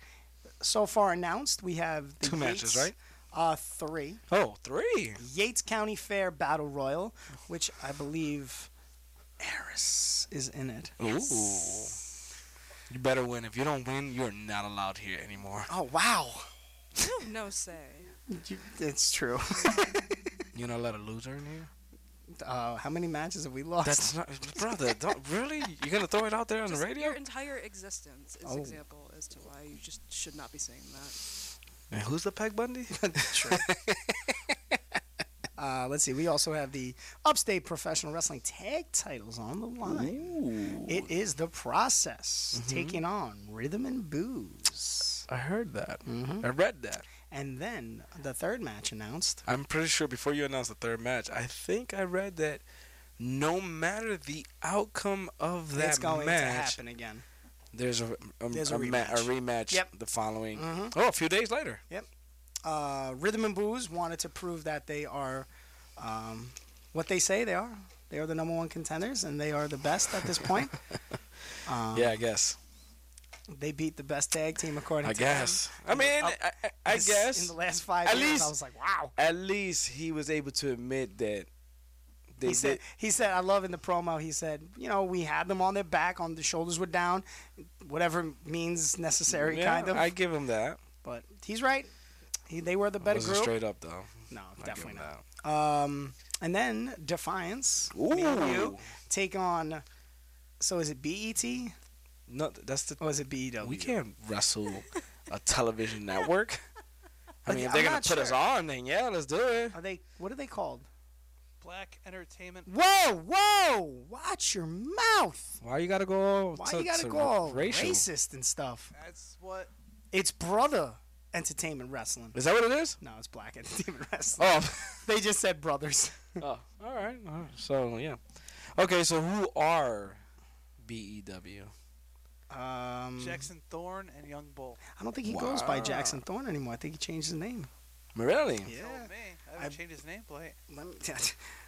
[SPEAKER 5] So far announced, we have the
[SPEAKER 6] Two matches,
[SPEAKER 5] Yates-
[SPEAKER 6] right?
[SPEAKER 5] Uh, three.
[SPEAKER 6] [laughs] Oh, three.
[SPEAKER 5] Yates County Fair Battle Royal, which I believe Eris is in it.
[SPEAKER 6] Ooh. You better win. If you don't win, you're not allowed here anymore.
[SPEAKER 5] Oh, wow.
[SPEAKER 8] [sighs] no say.
[SPEAKER 5] It's true. [laughs]
[SPEAKER 6] You're not allowed a loser in here.
[SPEAKER 5] Uh, how many matches have we lost?
[SPEAKER 6] That's not, [laughs]
[SPEAKER 5] [laughs]
[SPEAKER 6] brother. Don't really. You're gonna throw it out there on the
[SPEAKER 8] Just
[SPEAKER 6] radio?
[SPEAKER 8] Your entire existence is
[SPEAKER 5] Oh.
[SPEAKER 8] example as to why you just should not be saying that.
[SPEAKER 6] And who's the Peg Bundy?
[SPEAKER 5] Uh, let's see. We also have the Upstate Professional Wrestling Tag Titles on the line. It is the process
[SPEAKER 6] Mm-hmm.
[SPEAKER 5] taking on Rhythm and Booze,
[SPEAKER 6] [laughs] I heard that.
[SPEAKER 5] Mm-hmm.
[SPEAKER 6] I read that.
[SPEAKER 5] and then the third match announced.
[SPEAKER 6] I'm pretty sure before you announced the third match, I think I read that no matter the outcome of that
[SPEAKER 5] it's going to
[SPEAKER 6] match,
[SPEAKER 5] happen again.
[SPEAKER 6] there's a, a,
[SPEAKER 5] There's a
[SPEAKER 6] a, ma- a
[SPEAKER 5] rematch.
[SPEAKER 6] rematch
[SPEAKER 5] Yep. Mm-hmm.
[SPEAKER 6] the following. Oh, a few days later.
[SPEAKER 5] Uh, Rhythm and Booze wanted to prove that they are um, what they say they are. They are the number one contenders, and they are the best at
[SPEAKER 6] [laughs]
[SPEAKER 5] this point. Um,
[SPEAKER 6] yeah, I guess.
[SPEAKER 5] They beat the best tag team according
[SPEAKER 6] I
[SPEAKER 5] to them.
[SPEAKER 6] guess. I mean,
[SPEAKER 5] up-
[SPEAKER 6] I, I, I
[SPEAKER 5] This-
[SPEAKER 6] guess.
[SPEAKER 5] in the last five
[SPEAKER 6] At
[SPEAKER 5] years, I
[SPEAKER 6] least-
[SPEAKER 5] was like, wow.
[SPEAKER 6] at least he was able to admit that they
[SPEAKER 5] he said
[SPEAKER 6] did.
[SPEAKER 5] he said I love in the promo he said you know we had them on their back on the shoulders were down whatever means necessary
[SPEAKER 6] Yeah,
[SPEAKER 5] kind of
[SPEAKER 6] I give him that.
[SPEAKER 5] but he's right he, they were the better
[SPEAKER 6] Wasn't
[SPEAKER 5] group
[SPEAKER 6] straight up though.
[SPEAKER 5] no
[SPEAKER 6] I give
[SPEAKER 5] definitely
[SPEAKER 6] him
[SPEAKER 5] not um and then Defiance
[SPEAKER 6] Ooh.
[SPEAKER 5] me and you, take on so is it BET
[SPEAKER 6] No, that's the
[SPEAKER 5] or is it E BEW
[SPEAKER 6] We can't wrestle a television network. I mean, if they're
[SPEAKER 5] I'm
[SPEAKER 6] gonna
[SPEAKER 5] not
[SPEAKER 6] put us
[SPEAKER 5] sure.
[SPEAKER 6] on, then yeah, let's do it.
[SPEAKER 5] are they what are they called
[SPEAKER 7] Black Entertainment.
[SPEAKER 5] whoa whoa watch your mouth
[SPEAKER 6] Why you gotta go?
[SPEAKER 5] why
[SPEAKER 6] to-
[SPEAKER 5] you gotta
[SPEAKER 6] to
[SPEAKER 5] go all
[SPEAKER 6] racial?
[SPEAKER 5] racist and stuff
[SPEAKER 7] That's what.
[SPEAKER 5] it's brother entertainment wrestling
[SPEAKER 6] Is that what it is?
[SPEAKER 5] No, it's black [laughs] entertainment wrestling.
[SPEAKER 6] Oh, [laughs]
[SPEAKER 5] They just said brothers.
[SPEAKER 6] oh, all right. all right. So yeah, okay. So who are E BEW?
[SPEAKER 5] Um,
[SPEAKER 6] Mm.
[SPEAKER 7] Jackson Thorne and Young Bull.
[SPEAKER 5] I don't think he goes by Jackson Thorne anymore. I think he changed his name.
[SPEAKER 6] Really?
[SPEAKER 7] Oh,
[SPEAKER 5] [laughs]
[SPEAKER 7] Told me. I haven't changed his name, but hey,
[SPEAKER 5] Let me,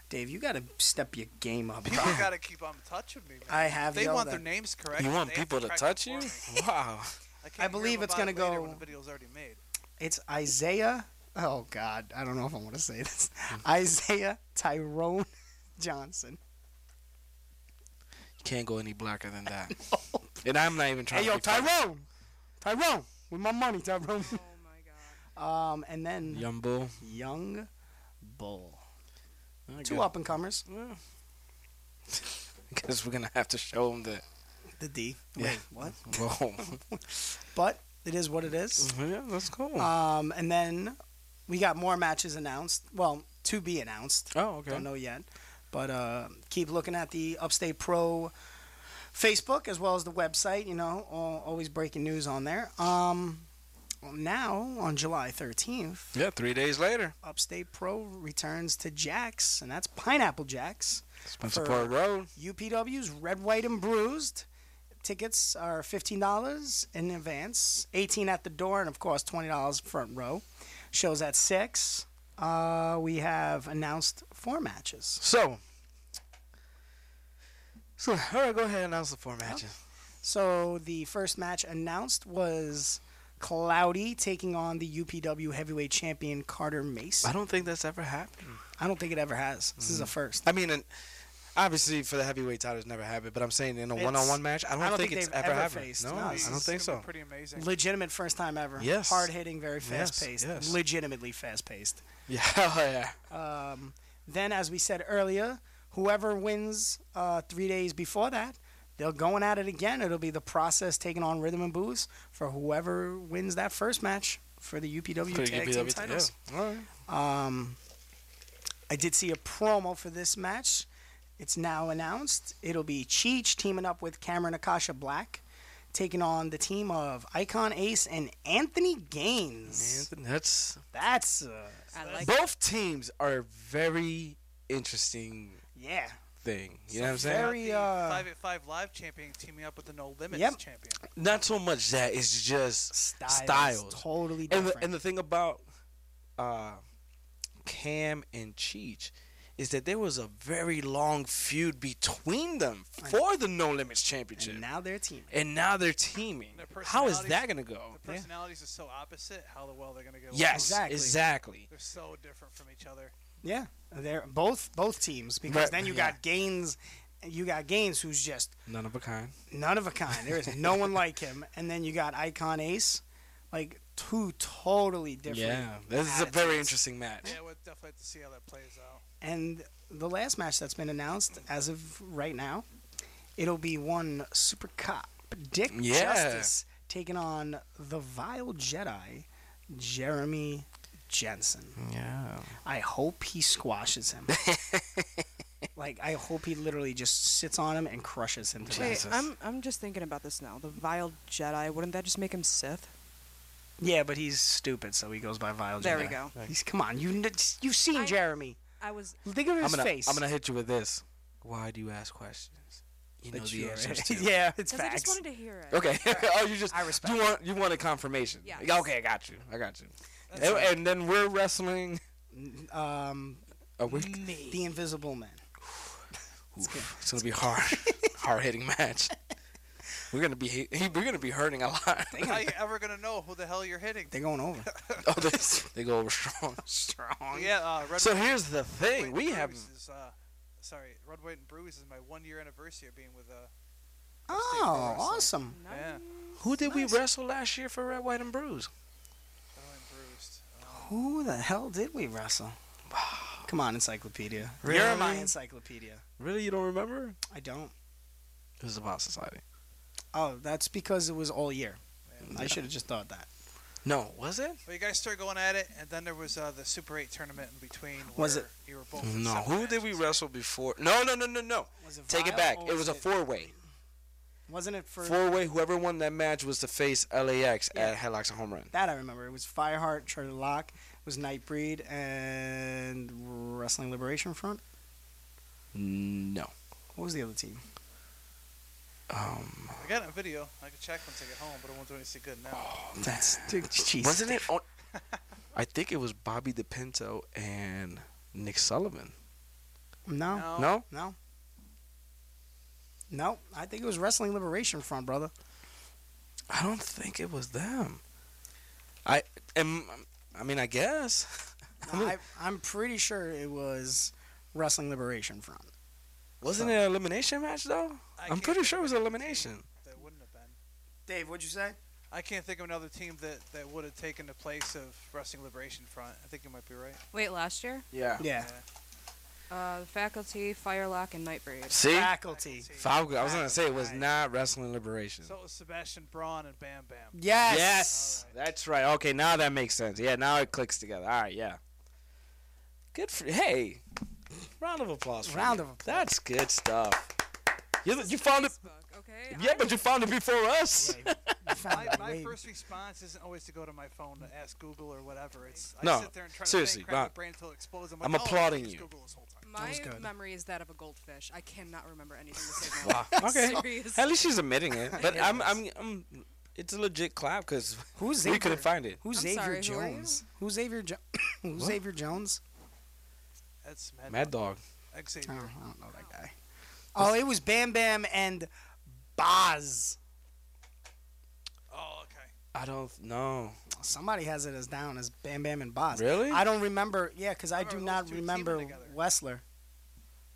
[SPEAKER 5] Dave, you gotta step your game up.
[SPEAKER 7] People gotta keep on touching me. Man.
[SPEAKER 5] I have
[SPEAKER 7] They
[SPEAKER 5] yelled
[SPEAKER 7] want
[SPEAKER 5] at.
[SPEAKER 7] their names correct.
[SPEAKER 6] You
[SPEAKER 7] and
[SPEAKER 6] want
[SPEAKER 7] they have
[SPEAKER 6] people to
[SPEAKER 7] correct them
[SPEAKER 6] touch
[SPEAKER 7] for
[SPEAKER 6] you?
[SPEAKER 7] me.
[SPEAKER 6] [laughs] wow.
[SPEAKER 7] I, can't
[SPEAKER 5] believe
[SPEAKER 7] hear
[SPEAKER 5] it's
[SPEAKER 7] about
[SPEAKER 5] gonna
[SPEAKER 7] it later
[SPEAKER 5] go-
[SPEAKER 7] When the video's already made.
[SPEAKER 5] [laughs] It's Isaiah. Oh God, I don't know if I want to say [laughs] this. Isaiah Tyrone Johnson.
[SPEAKER 6] You can't go any blacker than
[SPEAKER 5] [laughs]
[SPEAKER 6] that. And I'm not even trying
[SPEAKER 5] Hey yo,
[SPEAKER 6] to. be funny.
[SPEAKER 5] Tyrone, Tyrone, with my money, Tyrone.
[SPEAKER 8] Oh my god.
[SPEAKER 5] [laughs] um, and then
[SPEAKER 6] Young bull.
[SPEAKER 5] Young Bull.
[SPEAKER 6] I
[SPEAKER 5] Two
[SPEAKER 6] guess-
[SPEAKER 5] up and comers.
[SPEAKER 6] well, Guess we're gonna have to show him that. [laughs]
[SPEAKER 5] The D.
[SPEAKER 6] Yeah.
[SPEAKER 5] Wait, what?
[SPEAKER 6] Whoa.
[SPEAKER 5] But it is what it is.
[SPEAKER 6] [laughs] yeah, that's cool.
[SPEAKER 5] Um, and then we got more matches announced. Well, to be announced.
[SPEAKER 6] oh, okay.
[SPEAKER 5] Don't know yet. But uh, keep looking at the Upstate Pro Facebook as well as the website. You know, al- always breaking news on there. Um, now on July 13th,
[SPEAKER 6] Yeah, three days later,
[SPEAKER 5] Upstate Pro returns to Jack's, and that's Pineapple Jack's.
[SPEAKER 6] Spencer
[SPEAKER 5] For-
[SPEAKER 6] Port Road.
[SPEAKER 5] UPW's Red, White, and Bruised. Tickets are $15 in advance, 18 at the door, and of course $20 front row. Shows at 6. Uh, we have announced four matches.
[SPEAKER 6] So. So, all right, go ahead and announce the four matches.
[SPEAKER 5] So the first match announced was Cloudy taking on the UPW heavyweight champion Carter Mace.
[SPEAKER 6] I don't think that's ever happened.
[SPEAKER 5] I don't think it ever has. This is a first.
[SPEAKER 6] I mean, and obviously for the heavyweight title, it's never happened. But I'm saying in a
[SPEAKER 5] It's-
[SPEAKER 6] one-on-one match, I don't,
[SPEAKER 5] I don't
[SPEAKER 6] think,
[SPEAKER 5] think
[SPEAKER 6] it's
[SPEAKER 5] they've
[SPEAKER 6] ever
[SPEAKER 5] ever
[SPEAKER 6] happened.
[SPEAKER 5] faced-
[SPEAKER 6] No,
[SPEAKER 5] no,
[SPEAKER 6] I
[SPEAKER 5] this
[SPEAKER 6] don't
[SPEAKER 5] is
[SPEAKER 6] think
[SPEAKER 7] It's gonna
[SPEAKER 6] so.
[SPEAKER 7] be Pretty amazing.
[SPEAKER 5] Legitimate first time ever.
[SPEAKER 6] Yes.
[SPEAKER 5] Hard hitting, very fast paced.
[SPEAKER 6] yes.
[SPEAKER 5] Legitimately fast paced.
[SPEAKER 6] [laughs] Yeah, oh, yeah.
[SPEAKER 5] Um, then, as we said earlier, whoever wins uh, three days before that, they're going at it again. It'll be the process taking on Rhythm and Booze for whoever wins that first match for the UPW
[SPEAKER 6] For the
[SPEAKER 5] Tag Team
[SPEAKER 6] UPW,
[SPEAKER 5] titles.
[SPEAKER 6] E yeah. All right.
[SPEAKER 5] Um, I did see a promo for this match. It's now announced. It'll be Cheech teaming up with Cameron Akasha Black, taking on the team of Icon Ace and Anthony Gaines.
[SPEAKER 6] Anthony, that's
[SPEAKER 5] That's uh,
[SPEAKER 8] I like
[SPEAKER 6] both teams are very interesting
[SPEAKER 5] yeah,
[SPEAKER 6] thing. You know what I'm saying?
[SPEAKER 5] very
[SPEAKER 7] The
[SPEAKER 5] uh,
[SPEAKER 7] 585 Live champion teaming up with the No Limits
[SPEAKER 5] Yep.
[SPEAKER 7] champion.
[SPEAKER 6] Not so much that it's just
[SPEAKER 5] styles,
[SPEAKER 6] styles.
[SPEAKER 5] totally
[SPEAKER 6] and
[SPEAKER 5] different.
[SPEAKER 6] the, and the thing about uh, Cam and Cheech is that there was a very long feud between them for the No Limits
[SPEAKER 5] And
[SPEAKER 6] Championship, and now,
[SPEAKER 5] now they're teaming.
[SPEAKER 6] they're teaming.
[SPEAKER 7] Their
[SPEAKER 6] How is
[SPEAKER 7] personalities-
[SPEAKER 6] that gonna go?
[SPEAKER 7] The personalities are so opposite. How the well they're gonna get along.
[SPEAKER 6] Yes,
[SPEAKER 5] Exactly.
[SPEAKER 6] exactly.
[SPEAKER 7] They're so different from each other.
[SPEAKER 5] Yeah, they're both both teams because
[SPEAKER 6] Right,
[SPEAKER 5] then you got Gaines, you got Gaines who's just
[SPEAKER 6] None of a kind.
[SPEAKER 5] none of a kind. There is
[SPEAKER 6] [laughs]
[SPEAKER 5] no one like him. And then you got Icon Ace, like two totally different.
[SPEAKER 6] yeah, this is a very
[SPEAKER 5] attitudes.
[SPEAKER 6] interesting match.
[SPEAKER 7] Yeah, we'll definitely have to see how that plays out. [clears throat]
[SPEAKER 5] And the last match that's been announced as of right now, it'll be one super cop Dick
[SPEAKER 6] Yeah.
[SPEAKER 5] Justice taking on the vile Jedi, Jeremy Jensen.
[SPEAKER 6] Yeah.
[SPEAKER 5] I hope he
[SPEAKER 6] [laughs]
[SPEAKER 5] squashes him. like I hope he literally just sits on him and crushes him to death.
[SPEAKER 8] Wait, I'm I'm just thinking about this now. The vile Jedi. Wouldn't that just make him Sith?
[SPEAKER 5] Yeah, but he's stupid, so he goes by vile.
[SPEAKER 8] There we
[SPEAKER 5] Jedi.
[SPEAKER 8] go.
[SPEAKER 5] He's come on. You kn- you've seen
[SPEAKER 8] I-
[SPEAKER 5] Jeremy.
[SPEAKER 8] I was.
[SPEAKER 5] Think of
[SPEAKER 6] I'm
[SPEAKER 5] his
[SPEAKER 6] gonna,
[SPEAKER 5] face.
[SPEAKER 6] I'm gonna hit you with this. Why do you ask questions? You know
[SPEAKER 5] That
[SPEAKER 6] the
[SPEAKER 5] you're-
[SPEAKER 6] answers [laughs]
[SPEAKER 5] [laughs]
[SPEAKER 6] to.
[SPEAKER 5] yeah, it's
[SPEAKER 8] Because I just
[SPEAKER 5] facts.
[SPEAKER 8] wanted to hear it.
[SPEAKER 6] Okay. [laughs] oh, you just
[SPEAKER 5] I respect
[SPEAKER 6] you want you want a confirmation.
[SPEAKER 8] Yes.
[SPEAKER 6] Okay, I got you. I got you. And, and then we're wrestling Oh,
[SPEAKER 5] um,
[SPEAKER 6] a week.
[SPEAKER 5] the Invisible Man.
[SPEAKER 6] Oof, it's gonna be hard, [laughs] hard hitting match. We're gonna be hit- we're gonna be hurting a lot.
[SPEAKER 7] How are you ever gonna know who the hell you're hitting?
[SPEAKER 5] They're
[SPEAKER 8] [laughs]
[SPEAKER 5] going over.
[SPEAKER 6] [laughs] oh, they, they go over strong.
[SPEAKER 5] [laughs] Strong.
[SPEAKER 7] Yeah, uh, Red
[SPEAKER 6] So
[SPEAKER 7] White
[SPEAKER 6] here's the thing:
[SPEAKER 7] and
[SPEAKER 6] we
[SPEAKER 7] Bruise
[SPEAKER 6] have
[SPEAKER 7] Is, uh, sorry, Red, White, and Bruise is my one-year anniversary of being with. Uh,
[SPEAKER 5] Oh, awesome.
[SPEAKER 8] No.
[SPEAKER 7] yeah,
[SPEAKER 6] who did we wrestle last year for Red, White, and Bruise?
[SPEAKER 7] Red, White, and Bruised.
[SPEAKER 5] Who the hell did we [sighs] wrestle? Come on, encyclopedia. You're
[SPEAKER 6] Really?
[SPEAKER 5] my encyclopedia.
[SPEAKER 6] Really, you don't remember?
[SPEAKER 5] I don't.
[SPEAKER 6] It was about society.
[SPEAKER 5] Oh, that's because it was all year. I should have just thought that.
[SPEAKER 6] No, was it?
[SPEAKER 7] Well, you guys started going at it, and then there was uh, the Super Eight tournament in between. Where
[SPEAKER 5] Was it-
[SPEAKER 7] You were both. in
[SPEAKER 6] No.
[SPEAKER 7] separate
[SPEAKER 6] Who did we
[SPEAKER 7] matches.
[SPEAKER 6] wrestle before? No, no, no, no, no.
[SPEAKER 5] Was it
[SPEAKER 6] Take it
[SPEAKER 5] Vile
[SPEAKER 6] back.
[SPEAKER 5] or
[SPEAKER 6] It was a
[SPEAKER 5] was it-
[SPEAKER 6] four-way.
[SPEAKER 5] Wasn't it for
[SPEAKER 6] Four-way. Whoever won that match was to face LAX
[SPEAKER 5] Yeah.
[SPEAKER 6] at Headlocks and Home Run.
[SPEAKER 5] that? I remember. It was Fireheart, Charlie Locke, it was Nightbreed, and Wrestling Liberation Front.
[SPEAKER 6] No.
[SPEAKER 5] What was the other team?
[SPEAKER 6] Um.
[SPEAKER 7] I got a video. I can check once I get home, but it won't do anything good now.
[SPEAKER 5] [laughs] [laughs] That's jeez.
[SPEAKER 6] Wasn't it on?
[SPEAKER 5] [laughs]
[SPEAKER 6] I think it was Bobby DePinto and Nick Sullivan.
[SPEAKER 5] No.
[SPEAKER 7] No.
[SPEAKER 6] Oh. No?
[SPEAKER 5] No. No, I think it was Wrestling Liberation Front, brother.
[SPEAKER 6] I don't think it was them. I am. I mean, I guess. [laughs] I mean,
[SPEAKER 5] I, I'm pretty sure it was Wrestling Liberation Front.
[SPEAKER 6] wasn't it an elimination match though?
[SPEAKER 7] I
[SPEAKER 6] I'm
[SPEAKER 7] can't
[SPEAKER 6] pretty
[SPEAKER 7] think
[SPEAKER 6] sure it
[SPEAKER 7] of
[SPEAKER 6] was
[SPEAKER 7] another
[SPEAKER 6] elimination.
[SPEAKER 7] team That wouldn't have been.
[SPEAKER 5] Dave, what'd you say?
[SPEAKER 7] I can't think of another team that, that would have taken the place of Wrestling Liberation Front. I think you might be right.
[SPEAKER 9] Wait, last year?
[SPEAKER 6] Yeah.
[SPEAKER 5] Yeah.
[SPEAKER 9] Uh, the faculty, Firelock, and Nightbreed.
[SPEAKER 6] See,
[SPEAKER 5] Faculty.
[SPEAKER 6] Falco. I was gonna say it was
[SPEAKER 5] Right.
[SPEAKER 6] not wrestling liberation.
[SPEAKER 7] So it was Sebastian Braun and Bam Bam.
[SPEAKER 5] Yes.
[SPEAKER 6] Yes, that's right. Okay, now that makes sense. Yeah, now it clicks together. All right, yeah. Good for hey. Round of applause. For
[SPEAKER 5] Round
[SPEAKER 6] you.
[SPEAKER 5] of applause.
[SPEAKER 6] That's good stuff. You, you found it.
[SPEAKER 9] Facebook, okay?
[SPEAKER 6] Yeah, but you found it before us.
[SPEAKER 5] You
[SPEAKER 6] Mm,
[SPEAKER 5] found
[SPEAKER 7] My,
[SPEAKER 5] it
[SPEAKER 7] my
[SPEAKER 5] way-
[SPEAKER 7] first response isn't always to go to my phone to ask Google or whatever. It's I
[SPEAKER 6] No,
[SPEAKER 7] sit there and try
[SPEAKER 6] seriously,
[SPEAKER 7] to think, crack my
[SPEAKER 6] Ron.
[SPEAKER 7] brain until it explodes. I'm, like,
[SPEAKER 6] I'm
[SPEAKER 7] oh, I
[SPEAKER 6] applauding
[SPEAKER 7] used
[SPEAKER 6] you.
[SPEAKER 7] Google this whole time.
[SPEAKER 9] My
[SPEAKER 5] was good.
[SPEAKER 9] memory is that of a goldfish. I cannot remember anything
[SPEAKER 8] [laughs]
[SPEAKER 9] to say
[SPEAKER 6] Wow. [laughs] Okay.
[SPEAKER 9] Serious.
[SPEAKER 6] At least she's admitting it.
[SPEAKER 5] [laughs]
[SPEAKER 6] But I'm, I'm, I'm. It's a legit clap because
[SPEAKER 5] Who's
[SPEAKER 6] we
[SPEAKER 5] Xavier?
[SPEAKER 6] couldn't find it.
[SPEAKER 5] Who's
[SPEAKER 9] I'm
[SPEAKER 5] Xavier
[SPEAKER 9] sorry, who are you?
[SPEAKER 5] Jones? Who's Xavier? Jo- Who's Xavier Jones?
[SPEAKER 7] That's mad.
[SPEAKER 6] Mad Dog.
[SPEAKER 5] Oh, I
[SPEAKER 7] Xavier.
[SPEAKER 5] don't know that guy. Oh, it was Bam Bam and Boz.
[SPEAKER 7] Oh, okay.
[SPEAKER 6] I don't know.
[SPEAKER 5] Somebody has it as down as Bam Bam and Boz.
[SPEAKER 6] Really?
[SPEAKER 5] I don't remember. Yeah, because I, do
[SPEAKER 7] remember
[SPEAKER 5] not
[SPEAKER 7] those two
[SPEAKER 5] remember
[SPEAKER 7] teaming together.
[SPEAKER 5] Wessler.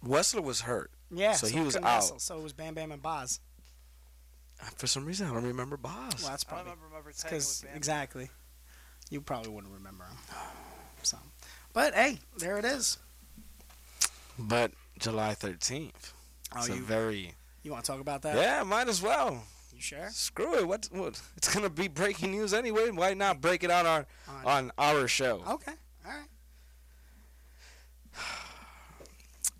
[SPEAKER 6] Wessler was hurt.
[SPEAKER 5] Yeah,
[SPEAKER 6] So he was
[SPEAKER 5] couldn't
[SPEAKER 6] out.
[SPEAKER 5] wrestle, so it was Bam Bam and Boz.
[SPEAKER 6] For some reason, I don't remember Boss.
[SPEAKER 5] Well, that's
[SPEAKER 7] I don't
[SPEAKER 5] probably
[SPEAKER 7] remember remember tagging
[SPEAKER 5] because
[SPEAKER 7] with Bam.
[SPEAKER 5] exactly. You probably wouldn't remember him. [sighs] So, but hey, there it is.
[SPEAKER 6] But July 13th.
[SPEAKER 5] Oh,
[SPEAKER 6] it's a
[SPEAKER 5] you Uh,
[SPEAKER 6] very.
[SPEAKER 5] you want to talk about that?
[SPEAKER 6] Yeah, might as well.
[SPEAKER 5] You sure?
[SPEAKER 6] Screw it. What, what? [laughs] It's gonna be breaking news anyway. Why not break it on our on
[SPEAKER 5] On- Oh.
[SPEAKER 6] our show?
[SPEAKER 5] Okay. All right.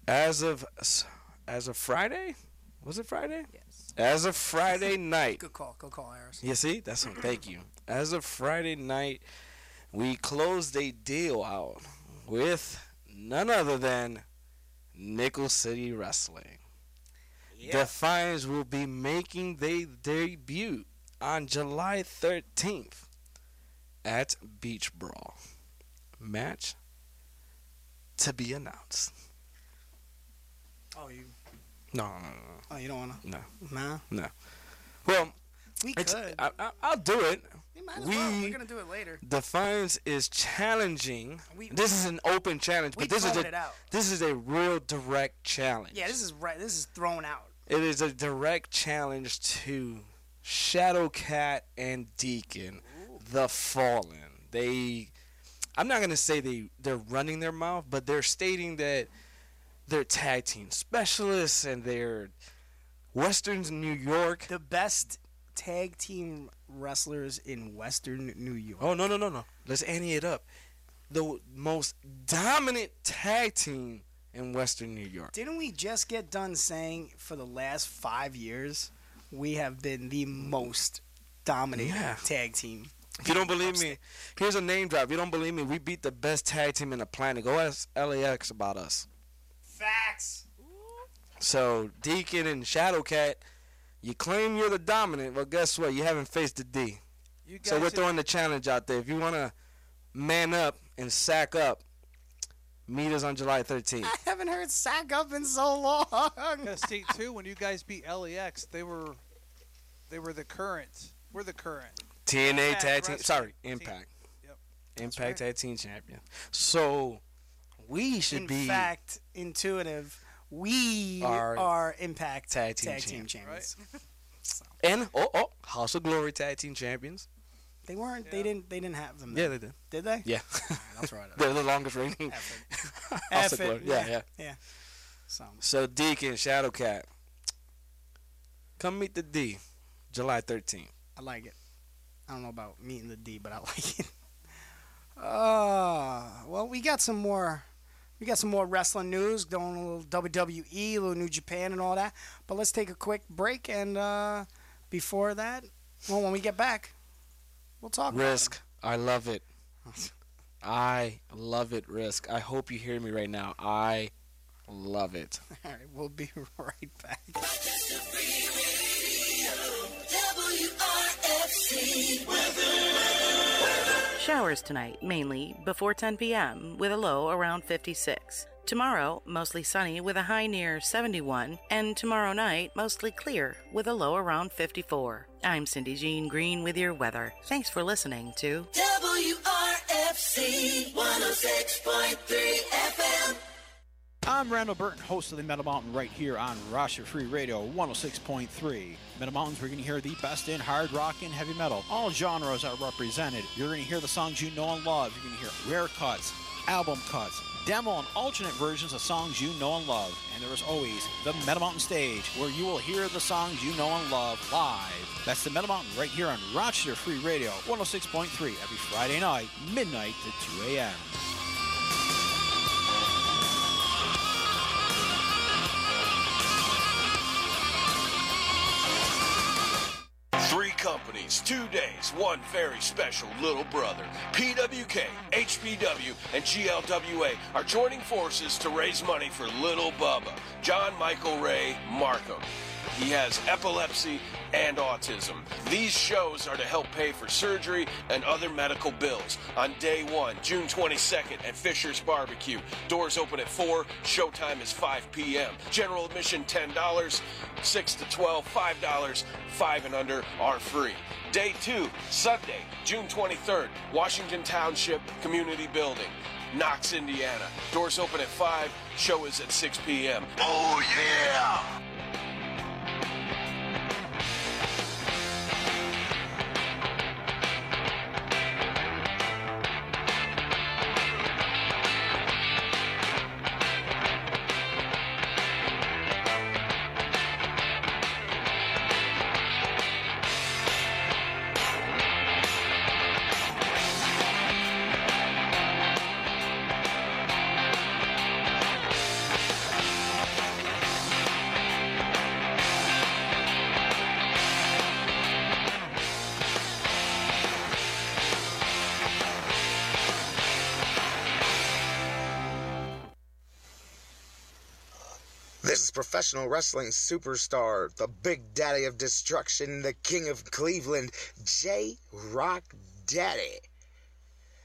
[SPEAKER 6] As of s- as of Friday, was it Friday?
[SPEAKER 9] Yes.
[SPEAKER 6] As of Friday night.
[SPEAKER 5] Good call. Good call, Harris.
[SPEAKER 6] You see, that's what. Thank you. As of Friday night, we closed a deal out with none other than Nickel City Wrestling. The Fines will be making their debut on July 13th at Beach Brawl. Match to be announced.
[SPEAKER 5] Oh, you.
[SPEAKER 6] No, no, no,
[SPEAKER 5] Oh, you don't wanna.
[SPEAKER 6] no.
[SPEAKER 5] Nah.
[SPEAKER 6] no. Well,
[SPEAKER 5] We
[SPEAKER 6] it's,
[SPEAKER 5] could.
[SPEAKER 6] I, I, I'll do it.
[SPEAKER 5] we might as
[SPEAKER 6] we-
[SPEAKER 5] well. We're gonna do it later.
[SPEAKER 6] Defiance is challenging.
[SPEAKER 5] We-
[SPEAKER 6] this is an open challenge,
[SPEAKER 5] we
[SPEAKER 6] but this is
[SPEAKER 5] thrown
[SPEAKER 6] a
[SPEAKER 5] it out.
[SPEAKER 6] this is a real direct challenge.
[SPEAKER 5] Yeah, this is right. This is thrown out.
[SPEAKER 6] it is a direct challenge to Shadowcat and Deacon, the Fallen. They, I'm not gonna say they they're running their mouth, but they're stating that they're tag team specialists and they're Westerns New York.
[SPEAKER 5] The best tag team wrestlers in Western New York.
[SPEAKER 6] Oh no no no no! Let's ante it up. The most dominant tag team in Western New York.
[SPEAKER 5] Didn't we just get done saying for the last five years we have been the most dominating
[SPEAKER 6] Yeah.
[SPEAKER 5] tag team?
[SPEAKER 6] If you don't believe me, here's a name drop. If you don't believe me, we beat the best tag team in the planet. Go ask LAX about us.
[SPEAKER 5] Facts.
[SPEAKER 6] So Deacon and Shadowcat, you claim you're the dominant. Well, guess what? You haven't faced the D.
[SPEAKER 7] You guys
[SPEAKER 6] So we're
[SPEAKER 7] should-
[SPEAKER 6] throwing the challenge out there. If you wanna man up and sack up, meet us on July 13th.
[SPEAKER 5] I haven't heard sack up in so long.
[SPEAKER 7] Gotta state too, when you guys beat LAX, they were they were the current. We're the current.
[SPEAKER 6] TNA
[SPEAKER 7] Impact
[SPEAKER 6] tag team.
[SPEAKER 7] Wrestling
[SPEAKER 6] Sorry,
[SPEAKER 7] Team.
[SPEAKER 6] Impact.
[SPEAKER 7] Yep.
[SPEAKER 6] Impact tag team champion. So we should
[SPEAKER 5] in
[SPEAKER 6] be
[SPEAKER 5] fact, intuitive. We
[SPEAKER 6] Are
[SPEAKER 5] are, Impact
[SPEAKER 6] tag team champ,
[SPEAKER 5] champions.
[SPEAKER 6] and oh oh House of Glory tag team champions.
[SPEAKER 5] They weren't. They didn't. They didn't have them.
[SPEAKER 6] Yeah,
[SPEAKER 5] Then,
[SPEAKER 6] they did.
[SPEAKER 5] did they?
[SPEAKER 6] Yeah, [laughs]
[SPEAKER 5] That's right.
[SPEAKER 6] they're the longest reigning. House of
[SPEAKER 5] F it,
[SPEAKER 6] Glory. Yeah,
[SPEAKER 5] yeah.
[SPEAKER 6] yeah.
[SPEAKER 5] So
[SPEAKER 6] So Deacon Shadowcat, come meet the D, July 13th.
[SPEAKER 5] I like it. I don't know about meeting the D, but I [laughs] like it. Uh, well, we got some more. We got some more wrestling news, going a little WWE, a little New Japan, and all that. But let's take a quick break, and uh, before that, well, when we get back, we'll talk. about it.
[SPEAKER 6] Risk, I love it. I love it. Risk. I hope you hear me right now. I love it.
[SPEAKER 5] [laughs] All right, we'll be right back.
[SPEAKER 2] WRFC
[SPEAKER 1] Showers tonight, mainly before 10 p.m., with a low around 56. Tomorrow, mostly sunny with a high near 71, and tomorrow night, mostly clear with a low around 54. I'm Cindy Jean Green with your weather. Thanks for listening to
[SPEAKER 2] WRFC 106.3 FM.
[SPEAKER 10] I'm Randall Burton, host of the Metal Mountain, right here on Rosher Free Radio 106.3. Metal Mountains, we're going to hear the best in hard rock and heavy metal. All genres are represented. You're going to hear the songs you know and love. You're going to hear rare cuts, album cuts, demo and alternate versions of songs you know and love. And there is always the Metal Mountain stage, where you will hear the songs you know and love live. That's the Metal Mountain, right here on Rochester Free Radio 106.3 every Friday night, midnight to 2 a.m.
[SPEAKER 11] Three companies, two days, one very special little brother. PWK, HPW, and GLWA are joining forces to raise money for Little Bubba, John Michael Ray Markham. He has epilepsy and autism. These shows are to help pay for surgery and other medical bills. On day one, June 22nd at Fisher's Barbecue. Doors open at 4, showtime is 5 p.m. General admission $10, 6 to 12, $5, 5 and under are free. Day two, Sunday, June 23rd, Washington Township Community Building. Knox, Indiana. Doors open at 5, show is at 6 p.m. Oh, yeah!
[SPEAKER 12] This is professional wrestling superstar, the big daddy of destruction, the king of Cleveland, J Rock Daddy.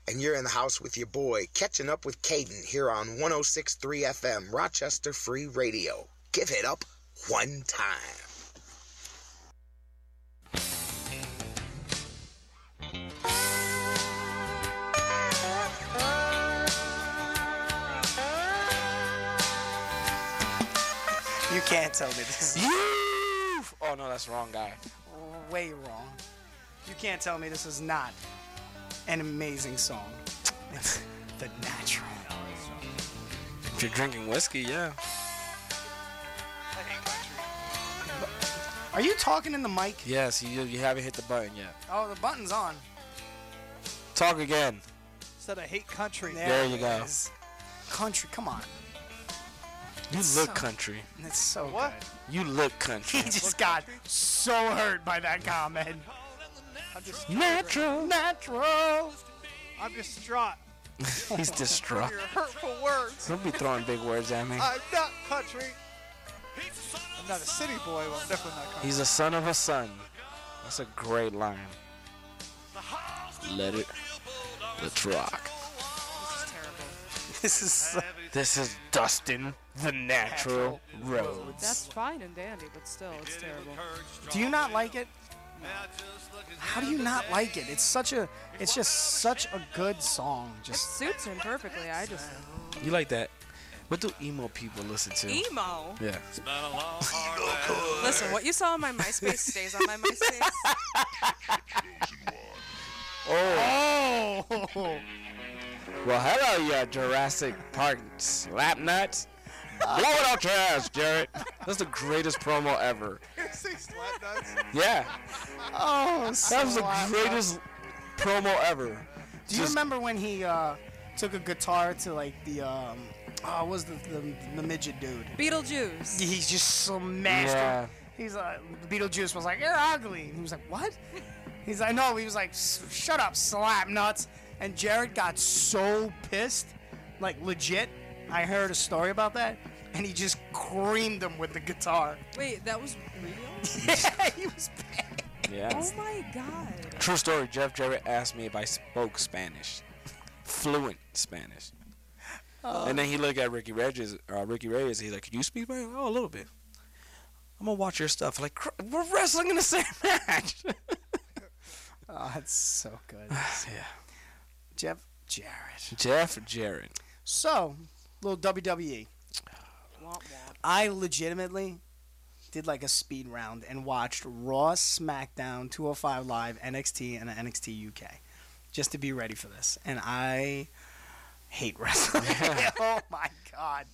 [SPEAKER 12] And you're in the house with your boy, catching up with Caden here on 1063 FM, Rochester Free Radio. Give it up one time.
[SPEAKER 5] You can't tell me this is
[SPEAKER 6] Oh no, that's the wrong guy.
[SPEAKER 5] way wrong. You can't tell me this is not an amazing song. It's The Natural.
[SPEAKER 6] If you're drinking whiskey, yeah.
[SPEAKER 5] Are you talking in the mic?
[SPEAKER 6] Yes, you you haven't hit the button yet.
[SPEAKER 5] Oh, the button's on.
[SPEAKER 6] Talk again.
[SPEAKER 7] Said I hate country.
[SPEAKER 6] There you go.
[SPEAKER 5] Country, come on.
[SPEAKER 6] You
[SPEAKER 5] It's
[SPEAKER 6] look
[SPEAKER 5] so-
[SPEAKER 6] country.
[SPEAKER 5] It's so good.
[SPEAKER 6] You look country.
[SPEAKER 5] [laughs] He just got so hurt by that comment.
[SPEAKER 6] Natural.
[SPEAKER 5] Natural.
[SPEAKER 7] I'm distraught.
[SPEAKER 6] [laughs] He's distraught.
[SPEAKER 7] Your hurtful words.
[SPEAKER 6] Don't be throwing big words at me.
[SPEAKER 7] I'm not country. I'm not a city boy, but I'm definitely not country.
[SPEAKER 6] He's a son of a son. That's a great line. Let it. Let's rock.
[SPEAKER 5] This is
[SPEAKER 6] This is Dustin, the natural road.
[SPEAKER 9] That's fine and dandy, but still, it's terrible.
[SPEAKER 5] Do you not like it? How do you not like it? It's such a it's just such a good song. Just
[SPEAKER 9] [laughs] Suits him perfectly. I just
[SPEAKER 6] You like that? What do emo people listen to?
[SPEAKER 9] emo.
[SPEAKER 6] Yeah.
[SPEAKER 9] Listen, what you saw on my
[SPEAKER 5] [laughs]
[SPEAKER 9] MySpace stays on my MySpace.
[SPEAKER 6] Oh. Well, hello, you Jurassic Park slap nuts. Blow it out your ass, Jared. That's the greatest promo ever. Yeah.
[SPEAKER 5] Oh,
[SPEAKER 6] That was the greatest promo ever.
[SPEAKER 5] Do you
[SPEAKER 6] Just-
[SPEAKER 5] remember when he uh, took a guitar to like the um, oh, what was the, the the midget dude?
[SPEAKER 9] Beetlejuice.
[SPEAKER 5] He just smashed
[SPEAKER 6] Yeah.
[SPEAKER 5] him. He's uh, Beetlejuice was like, "You're ugly," and he was like, "What?" He's like, "No." He was like, "S- "Shut up, slap nuts!" And Jared got so pissed, like legit. I heard a story about that, and he just creamed him with the guitar.
[SPEAKER 9] Wait, that was real?
[SPEAKER 5] Yeah, he was pissed.
[SPEAKER 6] Yeah.
[SPEAKER 9] Oh my god.
[SPEAKER 6] True story. Jeff Jarrett asked me if I spoke Spanish, fluent Spanish.
[SPEAKER 5] Oh.
[SPEAKER 6] And then he looked at Ricky Reyes. Uh, Ricky Reyes. He's like, "Can you speak Spanish? Oh, a little bit. I'm gonna watch your stuff." Like "Cr- we're wrestling in the same [laughs] match.
[SPEAKER 5] Oh, that's so good. yeah. Jeff Jarrett.
[SPEAKER 6] Jeff Jarrett.
[SPEAKER 5] So, little WWE. I legitimately did like a speed round and watched Raw, SmackDown, 205 Live, NXT, and NXT UK just to be ready for this. And I hate wrestling. [laughs] oh my God.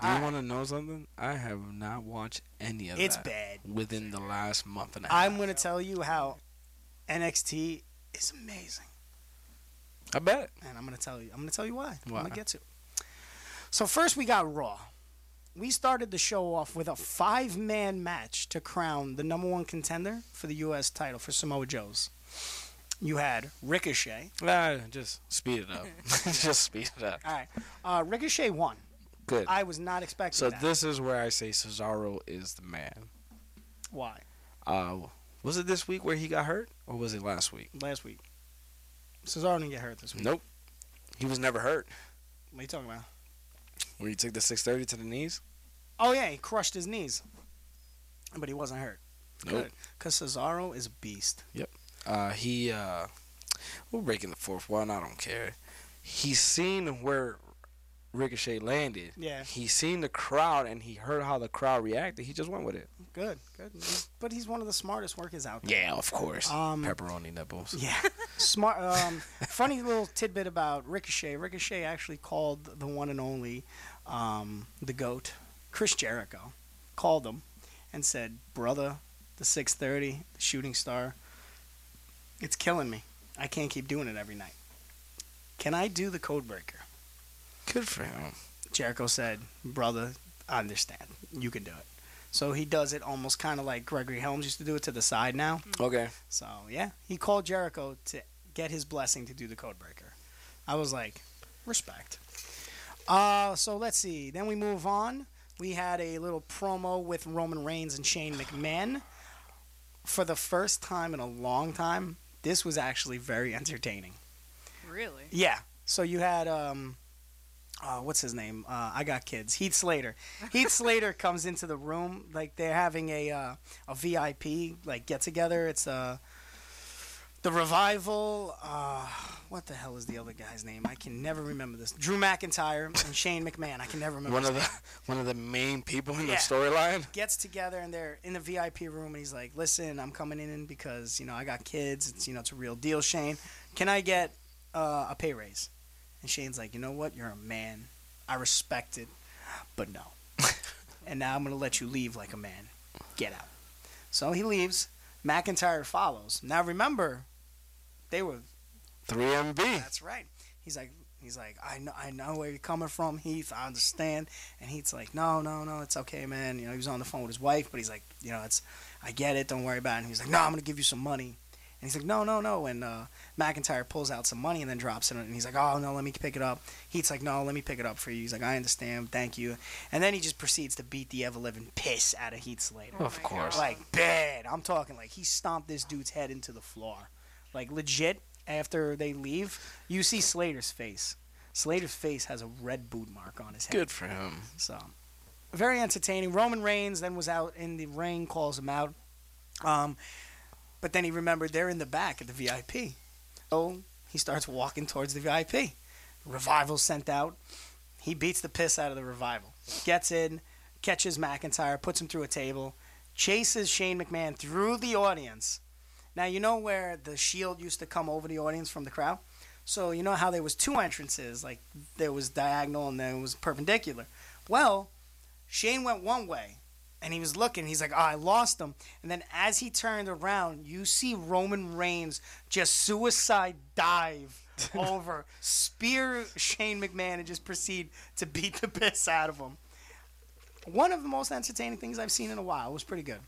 [SPEAKER 6] Do you want to know something? I have not watched any of
[SPEAKER 5] It's
[SPEAKER 6] that
[SPEAKER 5] bad.
[SPEAKER 6] within the last month and a half.
[SPEAKER 5] I'm going to tell you how NXT is amazing.
[SPEAKER 6] I bet.
[SPEAKER 5] and I'm gonna tell you. I'm gonna tell you why.
[SPEAKER 6] Why?
[SPEAKER 5] I'm gonna get to. it. So first we got Raw. We started the show off with a five-man match to crown the number one contender for the U.S. title for Samoa Joe's. You had Ricochet.
[SPEAKER 6] Nah, just speed it up. [laughs] just speed it up.
[SPEAKER 5] All right, uh, Ricochet won.
[SPEAKER 6] Good.
[SPEAKER 5] I was not expecting
[SPEAKER 6] so
[SPEAKER 5] that.
[SPEAKER 6] this is where I say Cesaro is the man.
[SPEAKER 5] why
[SPEAKER 6] Uh, was it this week where he got hurt, or was it last week?
[SPEAKER 5] last week Cesaro didn't get hurt this week.
[SPEAKER 6] Nope. He was never hurt.
[SPEAKER 5] What are you talking about?
[SPEAKER 6] When he took the 630 to the knees?
[SPEAKER 5] Oh yeah, he crushed his knees, but he wasn't hurt.
[SPEAKER 6] Nope.
[SPEAKER 5] Because Cesaro is a beast.
[SPEAKER 6] Yep. Uh, he, uh, we're breaking the fourth wall, and I don't care. He's seen where Ricochet landed.
[SPEAKER 5] Yeah.
[SPEAKER 6] He seen the crowd, and he heard how the crowd reacted. He just went with it.
[SPEAKER 5] Good, good. But he's one of the smartest workers out there.
[SPEAKER 6] Yeah, of course.
[SPEAKER 5] Um,
[SPEAKER 6] Pepperoni nipples.
[SPEAKER 5] Yeah. [laughs] Smart. Um, funny little tidbit about Ricochet. Ricochet actually called the one and only, um, the goat, Chris Jericho, called him, and said, "Brother, the 6:30, the shooting star. It's killing me. I can't keep doing it every night. Can I do the code breaker?"
[SPEAKER 6] Good for him.
[SPEAKER 5] Jericho said, "Brother, I understand. You can do it." So he does it almost kind of like Gregory Helms used to do it to the side now.
[SPEAKER 6] Okay.
[SPEAKER 5] So yeah, he called Jericho to get his blessing to do the code breaker. I was like, respect. Uh, so let's see. Then we move on. We had a little promo with Roman Reigns and Shane McMahon. For the first time in a long time, this was actually very entertaining.
[SPEAKER 9] Really?
[SPEAKER 5] Yeah. So you had um, uh, what's his name? Uh, I got kids. Heath Slater. Heath Slater comes into the room like they're having a uh, a VIP like get together. It's uh, the revival. Uh, what the hell is the other guy's name? I can never remember this. Drew McIntyre and Shane McMahon. I can never remember.
[SPEAKER 6] One
[SPEAKER 5] his
[SPEAKER 6] of
[SPEAKER 5] name.
[SPEAKER 6] the [laughs] one of the main people in
[SPEAKER 5] Yeah.
[SPEAKER 6] the storyline.
[SPEAKER 5] Gets together and they're in the VIP room and he's like, "Listen, I'm coming in because you know I got kids. It's you know it's a real deal, Shane. Can I get uh, a pay raise?" And Shane's like, "You know what? You're a man. I respect it, but no. [laughs] and now I'm gonna let you leave like a man. Get out." So he leaves. McIntyre follows. Now remember, they were
[SPEAKER 6] 3MB.
[SPEAKER 5] that's right. He's like, he's like, I know, I know where you're coming from, Heath. I understand. And Heath's like, no, no, no, it's okay, man. You know, he was on the phone with his wife, but he's like, you know, it's, I get it. Don't worry about it. And he's like, no, I'm gonna give you some money. And he's like, no, no, no. And uh, McIntyre pulls out some money and then drops it. And he's like, oh no, let me pick it up. Heath's like, no, let me pick it up for you. He's like, I understand. Thank you. And then he just proceeds to beat the ever living piss out of Heath Slater.
[SPEAKER 6] Of course.
[SPEAKER 5] Like bad. I'm talking like he stomped this dude's head into the floor. Like legit. After they leave, you see Slater's face. Slater's face has a red boot mark on his head.
[SPEAKER 6] Good for him.
[SPEAKER 5] So, very entertaining. Roman Reigns then was out in the ring, calls him out. Um, but then he remembered they're in the back at the VIP. So Oh, he starts walking towards the VIP. Revival sent out. He beats the piss out of the revival. Gets in, catches McIntyre, puts him through a table, chases Shane McMahon through the audience. Now you know where the shield used to come over the audience from the crowd? So you know how there was two entrances, like there was diagonal and then it was perpendicular. Well, Shane went one way and he was looking. He's like, oh, I lost him. And then as he turned around, you see Roman Reigns just suicide dive over, spear Shane McMahon, and just proceed to beat the piss out of him. One of the most entertaining things I've seen in a while. It was pretty good.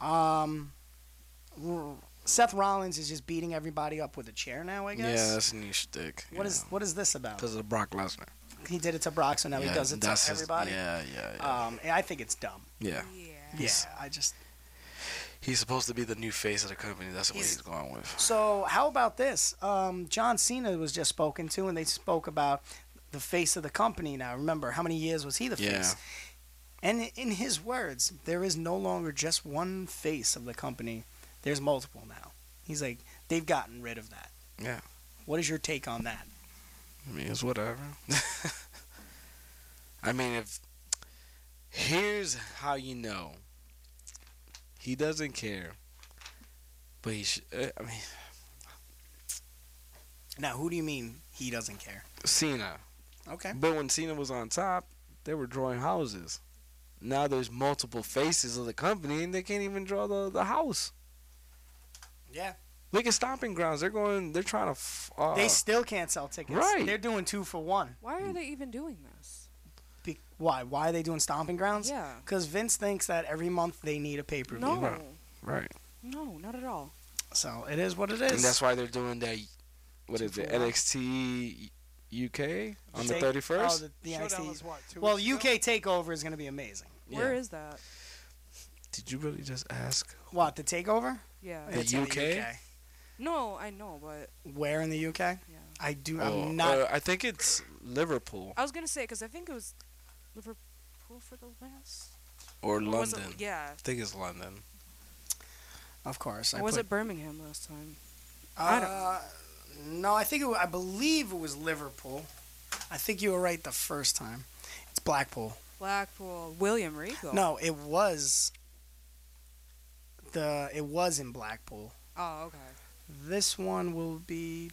[SPEAKER 5] Um, R- Seth Rollins is just beating everybody up with a chair now, I guess.
[SPEAKER 6] Yeah, that's a new shtick.
[SPEAKER 5] What is what is this about?
[SPEAKER 6] Because of Brock Lesnar.
[SPEAKER 5] He did it to Brock, so now
[SPEAKER 6] Yeah,
[SPEAKER 5] he does it to
[SPEAKER 6] that's his-
[SPEAKER 5] everybody.
[SPEAKER 6] yeah, yeah,
[SPEAKER 5] Um, and I think it's dumb.
[SPEAKER 6] Yeah.
[SPEAKER 5] Yeah,
[SPEAKER 6] He's,
[SPEAKER 5] I just.
[SPEAKER 6] he's supposed to be the new face of the company. That's what he's,
[SPEAKER 5] He's-
[SPEAKER 6] going with.
[SPEAKER 5] So how about this? Um, John Cena was just spoken to, and they spoke about the face of the company now. Remember, how many years was he the
[SPEAKER 6] Yeah.
[SPEAKER 5] face? And in his words, there is no longer just one face of the company. There's multiple now. He's like, they've gotten rid of that.
[SPEAKER 6] Yeah.
[SPEAKER 5] What is your take on that?
[SPEAKER 6] I mean, it's whatever. [laughs] I mean, if here's how you know he doesn't care, but he should. Uh, I mean,
[SPEAKER 5] now who do you mean he doesn't care?
[SPEAKER 6] Cena.
[SPEAKER 5] Okay.
[SPEAKER 6] But when Cena was on top, they were drawing houses. Now there's multiple faces of the company, and they can't even draw the, the house.
[SPEAKER 5] Yeah.
[SPEAKER 6] Look at stomping grounds. They're going. They're trying to. f- Uh,
[SPEAKER 5] they still can't sell tickets.
[SPEAKER 6] Right.
[SPEAKER 5] They're doing two for one.
[SPEAKER 9] Why are they even doing this?
[SPEAKER 5] Be- why? Why are they doing stomping grounds?
[SPEAKER 9] Yeah.
[SPEAKER 5] Because Vince thinks that every month they need a pay per view.
[SPEAKER 9] No. Right.
[SPEAKER 6] Right.
[SPEAKER 9] No, not at all.
[SPEAKER 5] So it is what it is.
[SPEAKER 6] And that's why they're doing that. What is
[SPEAKER 5] Two
[SPEAKER 6] it?
[SPEAKER 5] for one.
[SPEAKER 6] NXT UK on the
[SPEAKER 5] Take-
[SPEAKER 6] thirty first.
[SPEAKER 5] Oh, the, the
[SPEAKER 7] Showdown
[SPEAKER 5] NXT.
[SPEAKER 7] was what, two
[SPEAKER 5] well,
[SPEAKER 7] weeks ago?
[SPEAKER 5] UK Takeover is going to be amazing.
[SPEAKER 9] Where is that?
[SPEAKER 6] Did you really just ask?
[SPEAKER 5] What the Takeover?
[SPEAKER 9] Yeah.
[SPEAKER 6] The
[SPEAKER 5] It's in
[SPEAKER 6] UK?
[SPEAKER 9] No, I know, but
[SPEAKER 5] Where in the UK? I do.
[SPEAKER 6] Oh,
[SPEAKER 5] I'm not.
[SPEAKER 6] uh, I think it's Liverpool
[SPEAKER 9] I was gonna say because I think it was Liverpool for the last.
[SPEAKER 6] or
[SPEAKER 9] Or was it-
[SPEAKER 6] London.
[SPEAKER 9] yeah.
[SPEAKER 6] I think it's London.
[SPEAKER 5] Of course.
[SPEAKER 9] Or was it Birmingham last time? I don't.
[SPEAKER 5] Uh, no, I think it, wa- I believe it was Liverpool. I think you were right the first time. It's Blackpool.
[SPEAKER 9] Blackpool, William Regal.
[SPEAKER 5] No, it was the it was in Blackpool.
[SPEAKER 9] Oh, okay.
[SPEAKER 5] This one will be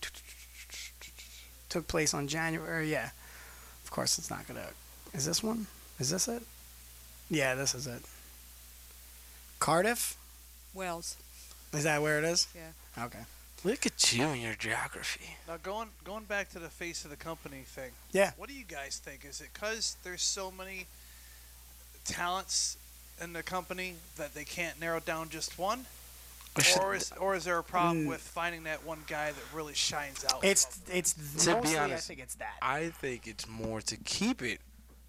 [SPEAKER 5] took place on January. Yeah, of course it's not gonna. Is this one? Is this it? Yeah, this is it. Cardiff.
[SPEAKER 9] Wales.
[SPEAKER 5] Is that where it is?
[SPEAKER 9] Yeah.
[SPEAKER 5] Okay.
[SPEAKER 6] Look at you and your geography.
[SPEAKER 7] Now going going back to the face of the company thing.
[SPEAKER 5] Yeah.
[SPEAKER 7] What do you guys think? Is it because there's so many talents in the company that they can't narrow down just one, or is or is there a problem
[SPEAKER 5] Mm.
[SPEAKER 7] with finding that one guy that really shines out?
[SPEAKER 5] It's it's
[SPEAKER 6] To
[SPEAKER 5] mostly,
[SPEAKER 6] be honest,
[SPEAKER 5] I think it's that.
[SPEAKER 6] I think it's more to keep it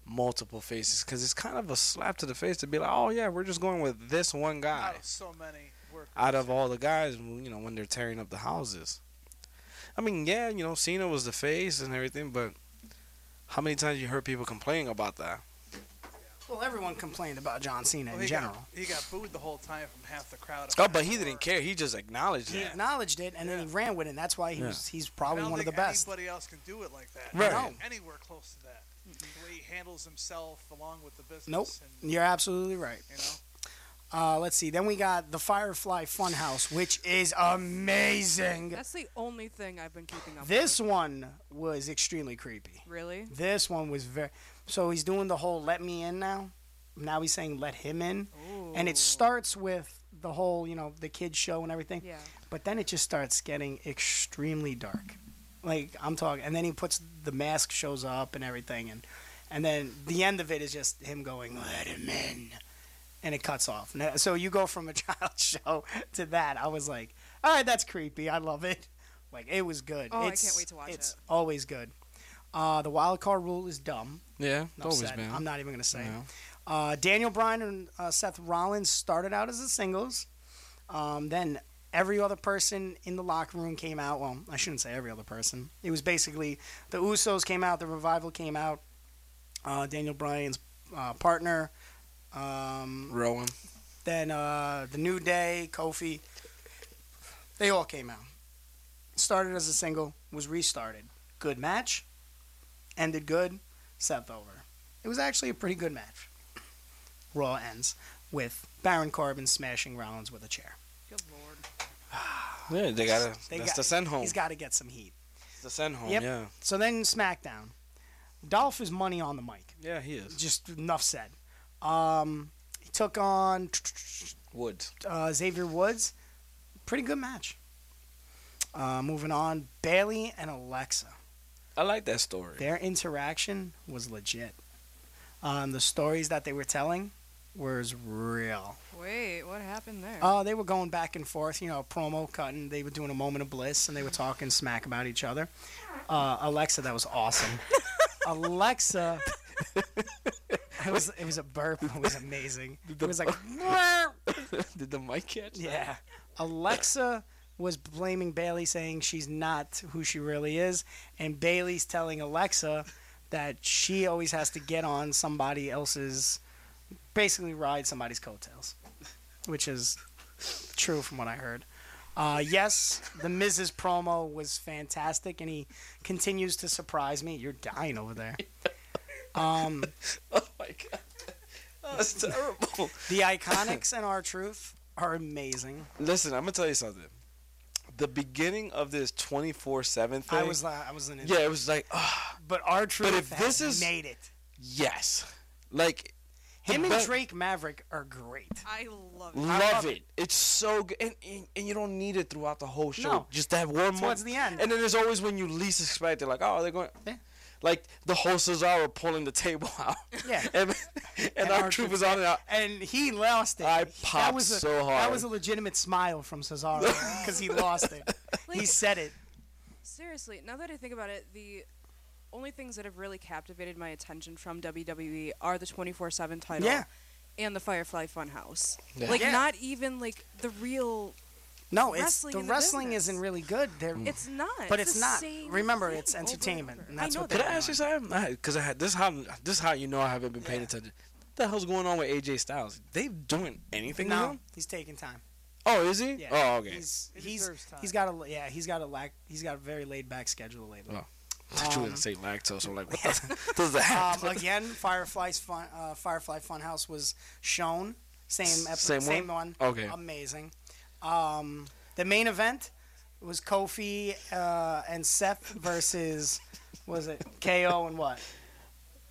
[SPEAKER 6] multiple faces because it's kind of a slap to the face to be like, oh yeah, we're just going with this one guy.
[SPEAKER 7] out of so many workers?
[SPEAKER 6] out of all the guys, you know, when they're tearing up the houses. I mean, yeah, you know, Cena was the face and everything, but how many times you heard people complaining about that?
[SPEAKER 5] Well, everyone complained about John Cena
[SPEAKER 7] Well,
[SPEAKER 5] in
[SPEAKER 7] Oh, he
[SPEAKER 5] general.
[SPEAKER 7] Got, he got booed the whole time from half the crowd.
[SPEAKER 6] Oh, but he didn't care. He just acknowledged
[SPEAKER 5] He
[SPEAKER 6] it.
[SPEAKER 5] acknowledged it, and then he ran with it. And that's why he
[SPEAKER 6] Yeah.
[SPEAKER 5] was, he's
[SPEAKER 7] I
[SPEAKER 5] probably
[SPEAKER 7] don't
[SPEAKER 5] one of the
[SPEAKER 7] think
[SPEAKER 5] best.
[SPEAKER 7] Anybody else can do it like that.
[SPEAKER 5] Right.
[SPEAKER 7] No.
[SPEAKER 5] No.
[SPEAKER 7] Anywhere close to that. The way he handles himself along with the business.
[SPEAKER 5] Nope,
[SPEAKER 7] And
[SPEAKER 5] you're absolutely right.
[SPEAKER 7] You know?
[SPEAKER 5] Uh, let's see. Then we got the Firefly Funhouse, which is amazing.
[SPEAKER 9] That's the only thing I've been keeping up.
[SPEAKER 5] This one was extremely creepy.
[SPEAKER 9] with. really.
[SPEAKER 5] This one was very. So he's doing the whole "Let me in" now. Now he's saying "Let him in," and it starts with the whole, you know, the kids show and everything.
[SPEAKER 9] Yeah.
[SPEAKER 5] But then it just starts getting extremely dark. Like I'm talking, and then he puts the mask shows up and everything, and and then the end of it is just him going "Let him in," and it cuts off. Now- So you go from a [laughs] child show to that. I was like, all right, that's creepy. I love it. Like it was good.
[SPEAKER 9] Oh, I
[SPEAKER 5] It's-
[SPEAKER 9] can't wait to watch
[SPEAKER 5] It's
[SPEAKER 9] it.
[SPEAKER 5] always good. Uh, the wild card rule is dumb.
[SPEAKER 6] Yeah,
[SPEAKER 5] I'm
[SPEAKER 6] it's always
[SPEAKER 5] upset.
[SPEAKER 6] been.
[SPEAKER 5] I'm not even gonna say. it.
[SPEAKER 6] No.
[SPEAKER 5] Uh, Daniel Bryan and uh, Seth Rollins started out as the singles. Um, then every other person in the locker room came out. Well, I shouldn't say every other person. It was basically the Usos came out, the Revival came out, uh, Daniel Bryan's uh, partner, um,
[SPEAKER 6] Rowan.
[SPEAKER 5] then uh, the New Day, Kofi. They all came out. Started as a single, was restarted. Good match. Ended good. Seth over. It was actually a pretty good match. Raw ends with Baron Corbin smashing Rollins with a chair.
[SPEAKER 9] Good lord.
[SPEAKER 6] Yeah, they gotta.
[SPEAKER 5] They
[SPEAKER 6] that's
[SPEAKER 5] got-
[SPEAKER 6] the send home.
[SPEAKER 5] He's got to get some heat.
[SPEAKER 6] the send home.
[SPEAKER 5] Yep.
[SPEAKER 6] Yeah.
[SPEAKER 5] So then SmackDown. Dolph is money on the mic.
[SPEAKER 6] Yeah, he is.
[SPEAKER 5] Just enough said. Um, he took on
[SPEAKER 6] Woods.
[SPEAKER 5] uh, Xavier Woods. Pretty good match. Uh, moving on, Bailey and Alexa.
[SPEAKER 6] I like that story.
[SPEAKER 5] Their interaction was legit. Um, the stories that they were telling was real.
[SPEAKER 9] Wait, what happened there?
[SPEAKER 5] Uh, they were going back and forth, you know, promo cutting. They were doing a moment of bliss and they were talking smack about each other. Uh, Alexa, that was awesome.
[SPEAKER 6] [laughs]
[SPEAKER 5] Alexa, it was it was a burp. It was amazing. It was like, "Meow."
[SPEAKER 6] [laughs] Did the mic catch? that?
[SPEAKER 5] yeah. Alexa was blaming Bailey, saying she's not who she really is, and Bailey's telling Alexa that she always has to get on somebody else's, basically ride somebody's coattails, which is true from what I heard. Uh, yes, the Miz's promo was fantastic, and he continues to surprise me. You're dying over there. Um, oh my god,
[SPEAKER 6] that's terrible.
[SPEAKER 5] The Iconics and our Truth are amazing.
[SPEAKER 6] [laughs] Listen, I'm gonna tell you something. The beginning of this 24/7 thing.
[SPEAKER 5] I was la- I was in it.
[SPEAKER 6] Yeah, it was like, ah.
[SPEAKER 5] But our Truth
[SPEAKER 6] if
[SPEAKER 5] has
[SPEAKER 6] this is-
[SPEAKER 5] made it.
[SPEAKER 6] yes, like the
[SPEAKER 5] Him and
[SPEAKER 6] be-
[SPEAKER 5] Drake Maverick are great.
[SPEAKER 9] I love
[SPEAKER 6] Love, it. It's so good, and, and and you don't need it throughout the whole show.
[SPEAKER 5] No.
[SPEAKER 6] Just that one
[SPEAKER 5] Towards
[SPEAKER 6] moment.
[SPEAKER 5] the end.
[SPEAKER 6] and then there's always when you least expect it. Like, oh, they're going. Like the hosts are pulling the table [laughs] out.
[SPEAKER 5] Yeah.
[SPEAKER 6] and, and, our, troop is on it. out.
[SPEAKER 5] And he lost it.
[SPEAKER 6] I
[SPEAKER 5] That
[SPEAKER 6] popped
[SPEAKER 5] was a,
[SPEAKER 6] so hard.
[SPEAKER 5] That was a legitimate smile from
[SPEAKER 6] [laughs]
[SPEAKER 5] Cesaro because he lost it. he said it.
[SPEAKER 9] Seriously, now that I think about it, the only things that have really captivated my attention from WWE are the 24/7 title
[SPEAKER 5] Yeah.
[SPEAKER 9] and the Firefly Funhouse.
[SPEAKER 5] Yeah.
[SPEAKER 9] Like
[SPEAKER 5] Yeah.
[SPEAKER 9] not even like the real
[SPEAKER 5] No, it's
[SPEAKER 9] wrestling
[SPEAKER 5] the
[SPEAKER 9] in
[SPEAKER 5] wrestling
[SPEAKER 9] business.
[SPEAKER 5] isn't really good. They're,
[SPEAKER 6] Mm.
[SPEAKER 9] It's not.
[SPEAKER 5] Mm. But
[SPEAKER 9] It's
[SPEAKER 5] it's,
[SPEAKER 9] the
[SPEAKER 5] not.
[SPEAKER 9] same
[SPEAKER 5] Remember,
[SPEAKER 9] thing
[SPEAKER 5] it's
[SPEAKER 9] over and
[SPEAKER 5] entertainment,
[SPEAKER 9] over.
[SPEAKER 5] and
[SPEAKER 9] I
[SPEAKER 5] that's
[SPEAKER 9] know
[SPEAKER 5] what
[SPEAKER 6] Can
[SPEAKER 5] they're
[SPEAKER 6] I ask you something? Because I had this how this is how you know I haven't been paying attention. What the hell's going on with AJ Styles? They doing anything
[SPEAKER 5] No,
[SPEAKER 6] now?
[SPEAKER 5] he's taking time.
[SPEAKER 6] Oh, is he?
[SPEAKER 5] Yeah.
[SPEAKER 6] Oh, okay.
[SPEAKER 5] He's he's he's got a yeah he's got a lack he's got a very laid back schedule lately.
[SPEAKER 6] Oh. Did you
[SPEAKER 5] Um,
[SPEAKER 6] wouldn't say lactose? I'm like, what the, [laughs] does that?
[SPEAKER 5] [laughs] Um, again, Firefly's fun, uh, Firefly Funhouse was shown. Same episode,
[SPEAKER 6] Same
[SPEAKER 5] same,
[SPEAKER 6] one?
[SPEAKER 5] one.
[SPEAKER 6] Okay.
[SPEAKER 5] Amazing. Um, the main event was Kofi uh, and Seth versus was it KO and what?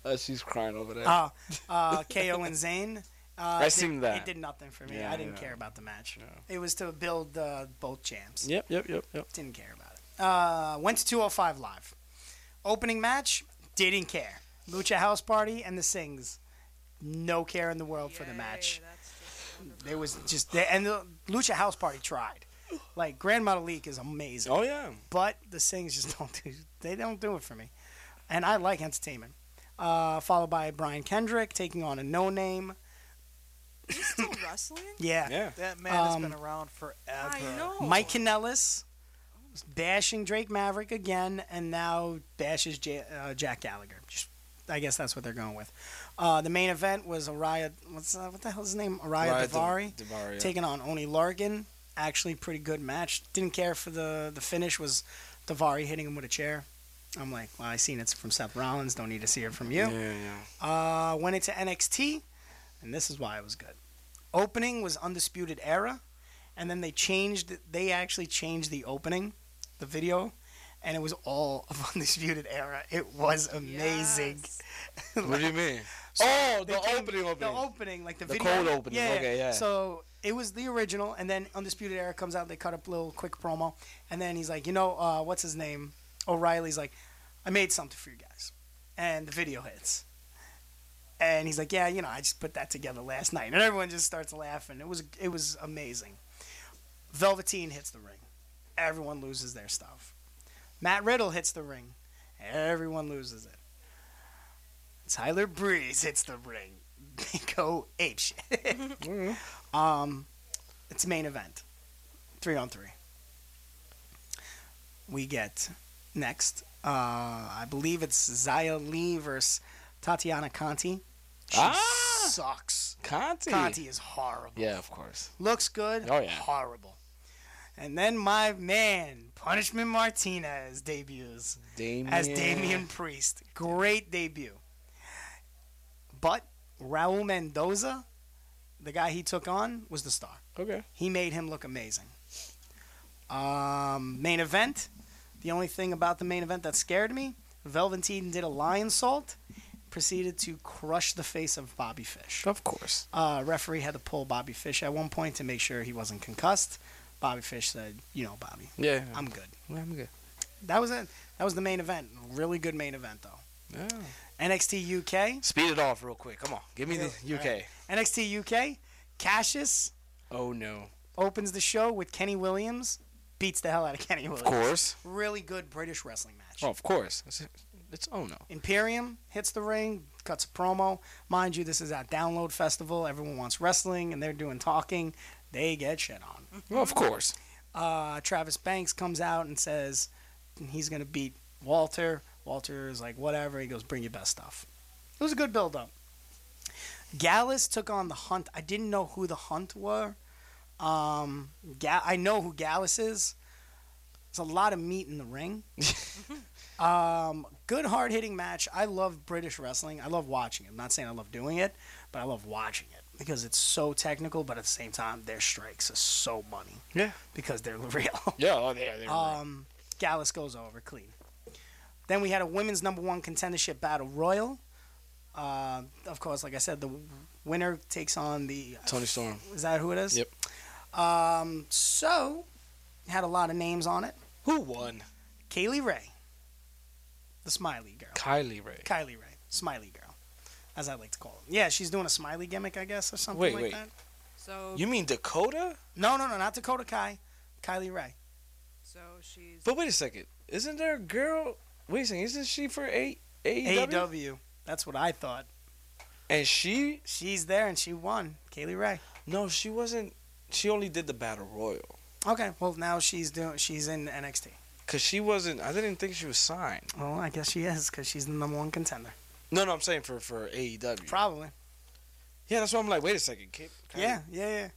[SPEAKER 6] Uh, she's crying over there.
[SPEAKER 5] Uh, uh, KO and Zayn. Uh,
[SPEAKER 6] I
[SPEAKER 5] it
[SPEAKER 6] seen
[SPEAKER 5] did-
[SPEAKER 6] that.
[SPEAKER 5] It did nothing for me.
[SPEAKER 6] Yeah,
[SPEAKER 5] I didn't
[SPEAKER 6] yeah.
[SPEAKER 5] care about the match. It was to build uh, both champs.
[SPEAKER 6] Yep, yep, yep, yep.
[SPEAKER 5] Didn't care about it. Uh, went to 205 Live. Opening match, didn't care. Lucha House Party and the Sings. No care in the world for the match. There was just, they, and the Lucha House Party tried. Like, Grandmother Leak is amazing.
[SPEAKER 6] Oh, yeah.
[SPEAKER 5] But the Sings just [laughs] don't do, they don't do it for me. And I like entertainment. Uh, followed by Brian Kendrick taking on a no name.
[SPEAKER 9] still wrestling.
[SPEAKER 5] [laughs] Yeah.
[SPEAKER 7] That man has been
[SPEAKER 5] Um,
[SPEAKER 7] around forever.
[SPEAKER 9] Oh.
[SPEAKER 5] Mike Kanellis was bashing Drake Maverick again, and now bashes J- uh, Jack Gallagher. Just, I guess that's what they're going with. Uh, the main event was Araya. What's uh, what the hell's his name?
[SPEAKER 6] Araya
[SPEAKER 5] Araya, Davari,
[SPEAKER 6] Div- Daivari, yeah.
[SPEAKER 5] taking on Oni Larkin. Actually, pretty good match. Didn't care for the the finish. Was Davari hitting him with a chair? I'm like, well, I seen it from Seth Rollins. Don't need to see it from you.
[SPEAKER 6] Yeah, yeah.
[SPEAKER 5] Uh, went into NXT, and this is why it was good. Opening was Undisputed Era, and then they changed. They actually changed the opening, the video, and it was all of [laughs] Undisputed Era. It was amazing.
[SPEAKER 6] What do you mean?
[SPEAKER 5] So
[SPEAKER 6] oh,
[SPEAKER 5] they
[SPEAKER 6] the
[SPEAKER 5] came-
[SPEAKER 6] opening, opening.
[SPEAKER 5] The opening, like the,
[SPEAKER 6] The
[SPEAKER 5] video.
[SPEAKER 6] cold opening, okay, yeah.
[SPEAKER 5] So it was the original, and then Undisputed Era comes out. They cut up a little quick promo, and then he's like, you know, uh, what's his name? O'Reilly's like, I made something for you guys, and the video hits. And he's like, yeah, you know, I just put that together last night, and everyone just starts laughing. It was it was amazing. Velveteen hits the ring, everyone loses their stuff. Matt Riddle hits the ring, everyone loses it. Tyler Breeze hits the ring. [laughs] They go apeshit. um, it's main event, three on three. We get next. Uh, I believe it's Zaya Lee versus Tatiana Conti. She sucks.
[SPEAKER 6] Conti.
[SPEAKER 5] Conti is horrible.
[SPEAKER 6] Ah! Yeah, of course.
[SPEAKER 5] Looks good.
[SPEAKER 6] Oh, yeah.
[SPEAKER 5] Horrible. And then my man, Punishment Martinez, debuts
[SPEAKER 6] Damien.
[SPEAKER 5] as Damian Priest. Great debut. But Raul Mendoza, the guy he took on, was the star.
[SPEAKER 6] Okay.
[SPEAKER 5] He made him look amazing. Um, main event. The only thing about the main event that scared me, Velveteen did a lion salt, proceeded to crush the face of Bobby Fish.
[SPEAKER 6] Of course.
[SPEAKER 5] Uh, referee had to pull Bobby Fish at one point to make sure he wasn't concussed. Bobby Fish said, "You know, Bobby,
[SPEAKER 6] Yeah.
[SPEAKER 5] I'm good."
[SPEAKER 6] Yeah, I'm good.
[SPEAKER 5] That was it. That was the main event. Really good main event though.
[SPEAKER 6] Yeah.
[SPEAKER 5] NXT UK.
[SPEAKER 6] Speed it off real quick. Come on, give me the
[SPEAKER 5] Yeah.
[SPEAKER 6] UK.
[SPEAKER 5] NXT UK. Cassius
[SPEAKER 6] Oh no.
[SPEAKER 5] opens the show with Kenny Williams. Beats the hell out of Kenny Williams.
[SPEAKER 6] course.
[SPEAKER 5] Really good British wrestling match.
[SPEAKER 6] Oh, of course. It's, it's oh no.
[SPEAKER 5] Imperium hits the ring, cuts a promo. Mind you, this is at Download Festival. Everyone wants wrestling, and they're doing talking. They get shit on.
[SPEAKER 6] Well, of course.
[SPEAKER 5] uh, Travis Banks comes out and says he's going to beat Walter. Walter's like, whatever. He goes, bring your best stuff. It was a good build up. Gallus took on the Hunt. I didn't know who the Hunt were. Um, Ga- I know who Gallus is. There's a lot of meat in the ring. um, good hard hitting match. I love British wrestling. I love watching it. I'm not saying I love doing it, but I love watching it because it's so technical, but at the same time, their strikes are so money.
[SPEAKER 6] Yeah.
[SPEAKER 5] Because they're [laughs] real.
[SPEAKER 6] Yeah, oh, yeah, they're real.
[SPEAKER 5] Um, Gallus goes over clean. Then we had a women's number one contendership battle royal. Uh, of course, like I said, the winner takes on the
[SPEAKER 6] Tony Storm.
[SPEAKER 5] Is that who it is?
[SPEAKER 6] Yep.
[SPEAKER 5] Um, so had a lot of names on it.
[SPEAKER 6] Who won?
[SPEAKER 5] Kaylee Ray, the Smiley girl.
[SPEAKER 6] Kylie Ray.
[SPEAKER 5] Kylie Ray, Smiley girl, as I like to call it. Yeah, she's doing a Smiley gimmick, I guess, or something
[SPEAKER 6] Wait,
[SPEAKER 5] like
[SPEAKER 6] wait.
[SPEAKER 5] that.
[SPEAKER 9] So
[SPEAKER 6] You mean Dakota?
[SPEAKER 5] No, no, no, not Dakota Kai. Kylie Ray.
[SPEAKER 9] So she's
[SPEAKER 6] But wait a second. Isn't there a girl? Wait a second. Isn't she for A E
[SPEAKER 5] E
[SPEAKER 6] AEW?
[SPEAKER 5] AEW. That's what I thought.
[SPEAKER 6] And she?
[SPEAKER 5] She's there and she won. Kaylee Ray.
[SPEAKER 6] No, she wasn't. She only did the battle royal.
[SPEAKER 5] Okay, well now she's doing. She's in NXT.
[SPEAKER 6] Cause she wasn't. I didn't think she was signed.
[SPEAKER 5] Well, I guess she is because she's the number one contender.
[SPEAKER 6] No, no, I'm saying for for AEW.
[SPEAKER 5] Probably.
[SPEAKER 6] Yeah, that's why I'm like, wait a second, Kate.
[SPEAKER 5] Yeah, yeah, yeah.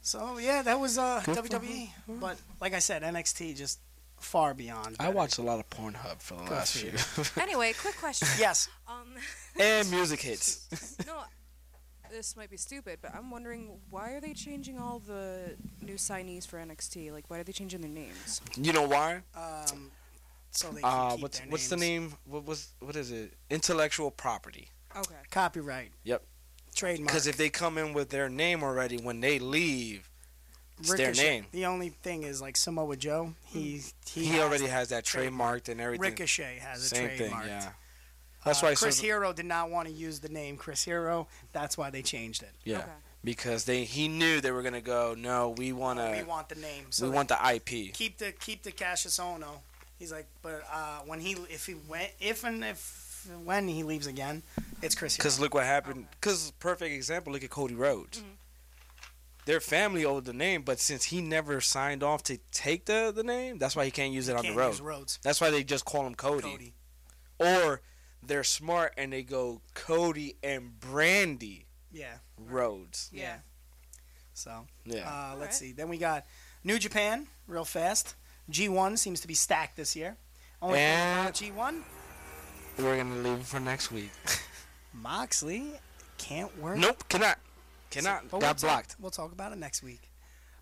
[SPEAKER 5] So yeah, that was uh,
[SPEAKER 6] Good for
[SPEAKER 5] WWE. But like I said, NXT just far beyond.
[SPEAKER 6] I watched a lot of Pornhub for the
[SPEAKER 5] Good
[SPEAKER 6] last
[SPEAKER 5] for
[SPEAKER 6] few.
[SPEAKER 9] Anyway, quick
[SPEAKER 5] [laughs]
[SPEAKER 9] question.
[SPEAKER 5] Yes.
[SPEAKER 9] Um, [laughs]
[SPEAKER 6] [laughs] and music hits.
[SPEAKER 9] no, this might be stupid, but I'm wondering why are they changing all the new signees for NXT? Like, why are they changing their names?
[SPEAKER 6] You know why?
[SPEAKER 5] Um, so they can
[SPEAKER 6] Uh,
[SPEAKER 5] keep
[SPEAKER 6] what's
[SPEAKER 5] their
[SPEAKER 6] what's the
[SPEAKER 5] names.
[SPEAKER 6] name? What was what is it? Intellectual property.
[SPEAKER 9] Okay.
[SPEAKER 5] Copyright,
[SPEAKER 6] Yep.
[SPEAKER 5] trademark.
[SPEAKER 6] Because if they come in with their name already, when they leave, it's their
[SPEAKER 5] Ricochet-
[SPEAKER 6] name.
[SPEAKER 5] The only thing is like Samoa Joe. He
[SPEAKER 6] He,
[SPEAKER 5] he, has
[SPEAKER 6] already
[SPEAKER 5] the
[SPEAKER 6] has that trademarked and everything.
[SPEAKER 5] Ricochet has a
[SPEAKER 6] Same
[SPEAKER 5] trademark.
[SPEAKER 6] thing, yeah. That's why.
[SPEAKER 5] Chris
[SPEAKER 6] so,
[SPEAKER 5] Hero did not want to use the name Chris Hero. That's why they changed it.
[SPEAKER 6] Yeah. Because they he knew they were gonna go. No, we wanna.
[SPEAKER 5] we want the name. So
[SPEAKER 6] Uh, we
[SPEAKER 5] they
[SPEAKER 6] want the IP.
[SPEAKER 5] keep the keep the Cassius Ono. He's like, but uh, when he if he went if and if when he leaves again, it's Chris Hero.
[SPEAKER 6] Because look what happened. Because perfect example. Look at Cody Rhodes.
[SPEAKER 5] Mm-hmm.
[SPEAKER 6] Their family owed the name, but since he never signed off to take the, the name, that's why he can't use it on
[SPEAKER 5] can't
[SPEAKER 6] the road.
[SPEAKER 5] use Rhodes.
[SPEAKER 6] That's why they just call him Cody.
[SPEAKER 5] Cody.
[SPEAKER 6] Or they're smart and they go Cody and Brandy
[SPEAKER 5] Yeah.
[SPEAKER 6] Rhodes.
[SPEAKER 5] Yeah. So
[SPEAKER 6] Yeah.
[SPEAKER 5] Uh, let's see. Then we got New Japan real fast. G1 seems to be stacked this year. Only thing about G1,
[SPEAKER 6] We're gonna leave it for next week.
[SPEAKER 5] Moxley can't work.
[SPEAKER 6] [laughs] nope, cannot, cannot.
[SPEAKER 5] But we'll
[SPEAKER 6] Got
[SPEAKER 5] talk-
[SPEAKER 6] blocked.
[SPEAKER 5] we'll talk about it next week.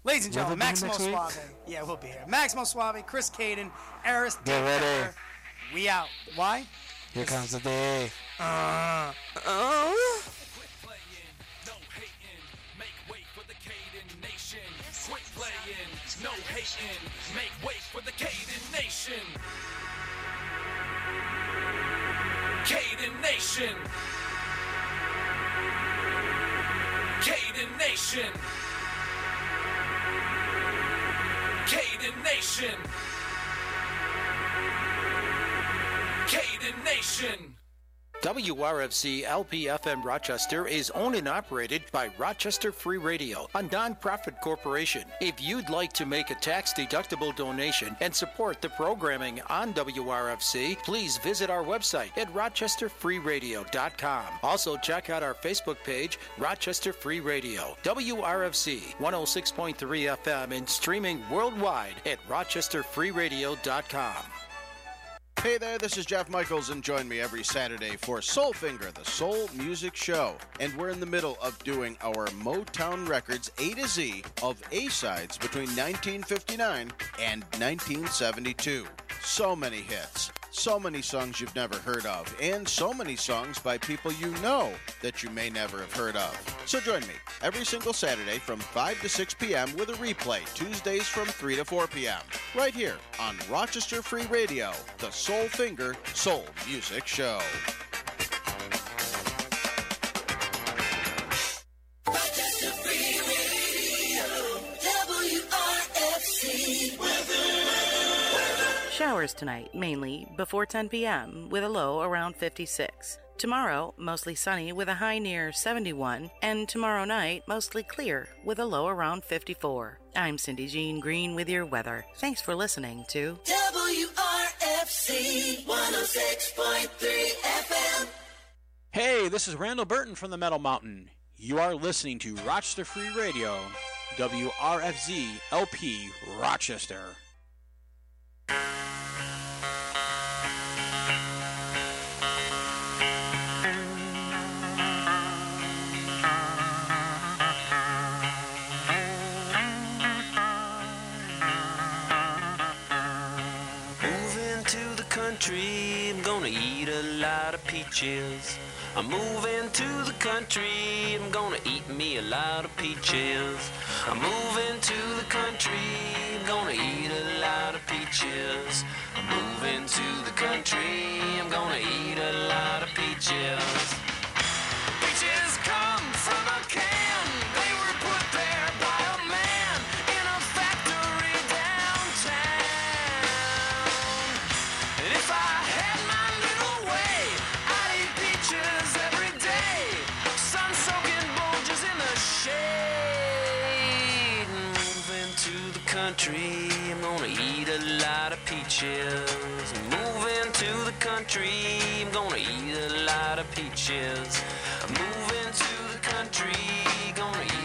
[SPEAKER 5] Ladies and
[SPEAKER 6] Will
[SPEAKER 5] gentlemen,
[SPEAKER 6] they be
[SPEAKER 5] Maximo
[SPEAKER 6] here
[SPEAKER 5] Suave.
[SPEAKER 6] next
[SPEAKER 5] Yeah, we'll be here. Maximo Suave, Chris Caden, Aris.
[SPEAKER 6] Get ready.
[SPEAKER 5] We out. Why?
[SPEAKER 6] Here comes the day.
[SPEAKER 5] Uh,
[SPEAKER 4] Quit playing, no hating, make way for the Caden Nation. Caden Nation. Caden Nation. Caden Nation. Caden Nation.
[SPEAKER 13] WRFC LPFM Rochester is owned and operated by Rochester Free Radio, a nonprofit corporation. If you'd like to make a tax deductible donation and support the programming on WRFC, please visit our website at rochesterfreeradio.com. Also, check out our Facebook page, Rochester Free Radio, WRFC 106.3 FM, and streaming worldwide at rochesterfreeradio.com.
[SPEAKER 14] Hey there, this is Jeff Michaels, and join me every Saturday for Soul Finger, the Soul Music Show. And we're in the middle of doing our Motown Records A to Z of A sides between 1959 and 1972. So many hits, so many songs you've never heard of, and so many songs by people you know that you may never have heard of. So join me every single Saturday from 5 to 6 p.m. with a replay Tuesdays from 3 to 4 p.m. right here on Rochester Free Radio, the Soul Finger Soul Music Show.
[SPEAKER 2] Rochester Free Radio, WRFC weather.
[SPEAKER 1] Showers tonight, mainly before 10 p.m., with a low around 56. Tomorrow, mostly sunny with a high near 71, and tomorrow night, mostly clear with a low around 54. I'm Cindy Jean Green with your weather. Thanks for listening to
[SPEAKER 2] WRFC. C 106.3 FM.
[SPEAKER 10] Hey, this is Randall Burton from the Metal Mountain. You are listening to Rochester Free Radio, WRFZ LP Rochester.
[SPEAKER 15] Moving to the country, I'm gonna eat a lot of peaches. I'm moving to the country, I'm gonna eat me a lot of peaches. I'm moving to the country, I'm gonna eat a lot of peaches. I'm moving to the country, I'm gonna eat a lot of peaches.
[SPEAKER 2] Peaches come from a can. They were put there by a man in a factory downtown. And if I had my little way, I'd eat peaches every day. Sun soaking bulges in the shade.
[SPEAKER 15] Moving to the country, I'm gonna eat a lot of peaches. Moving to the country, I'm gonna eat a lot of peaches. Moving to the country, gonna eat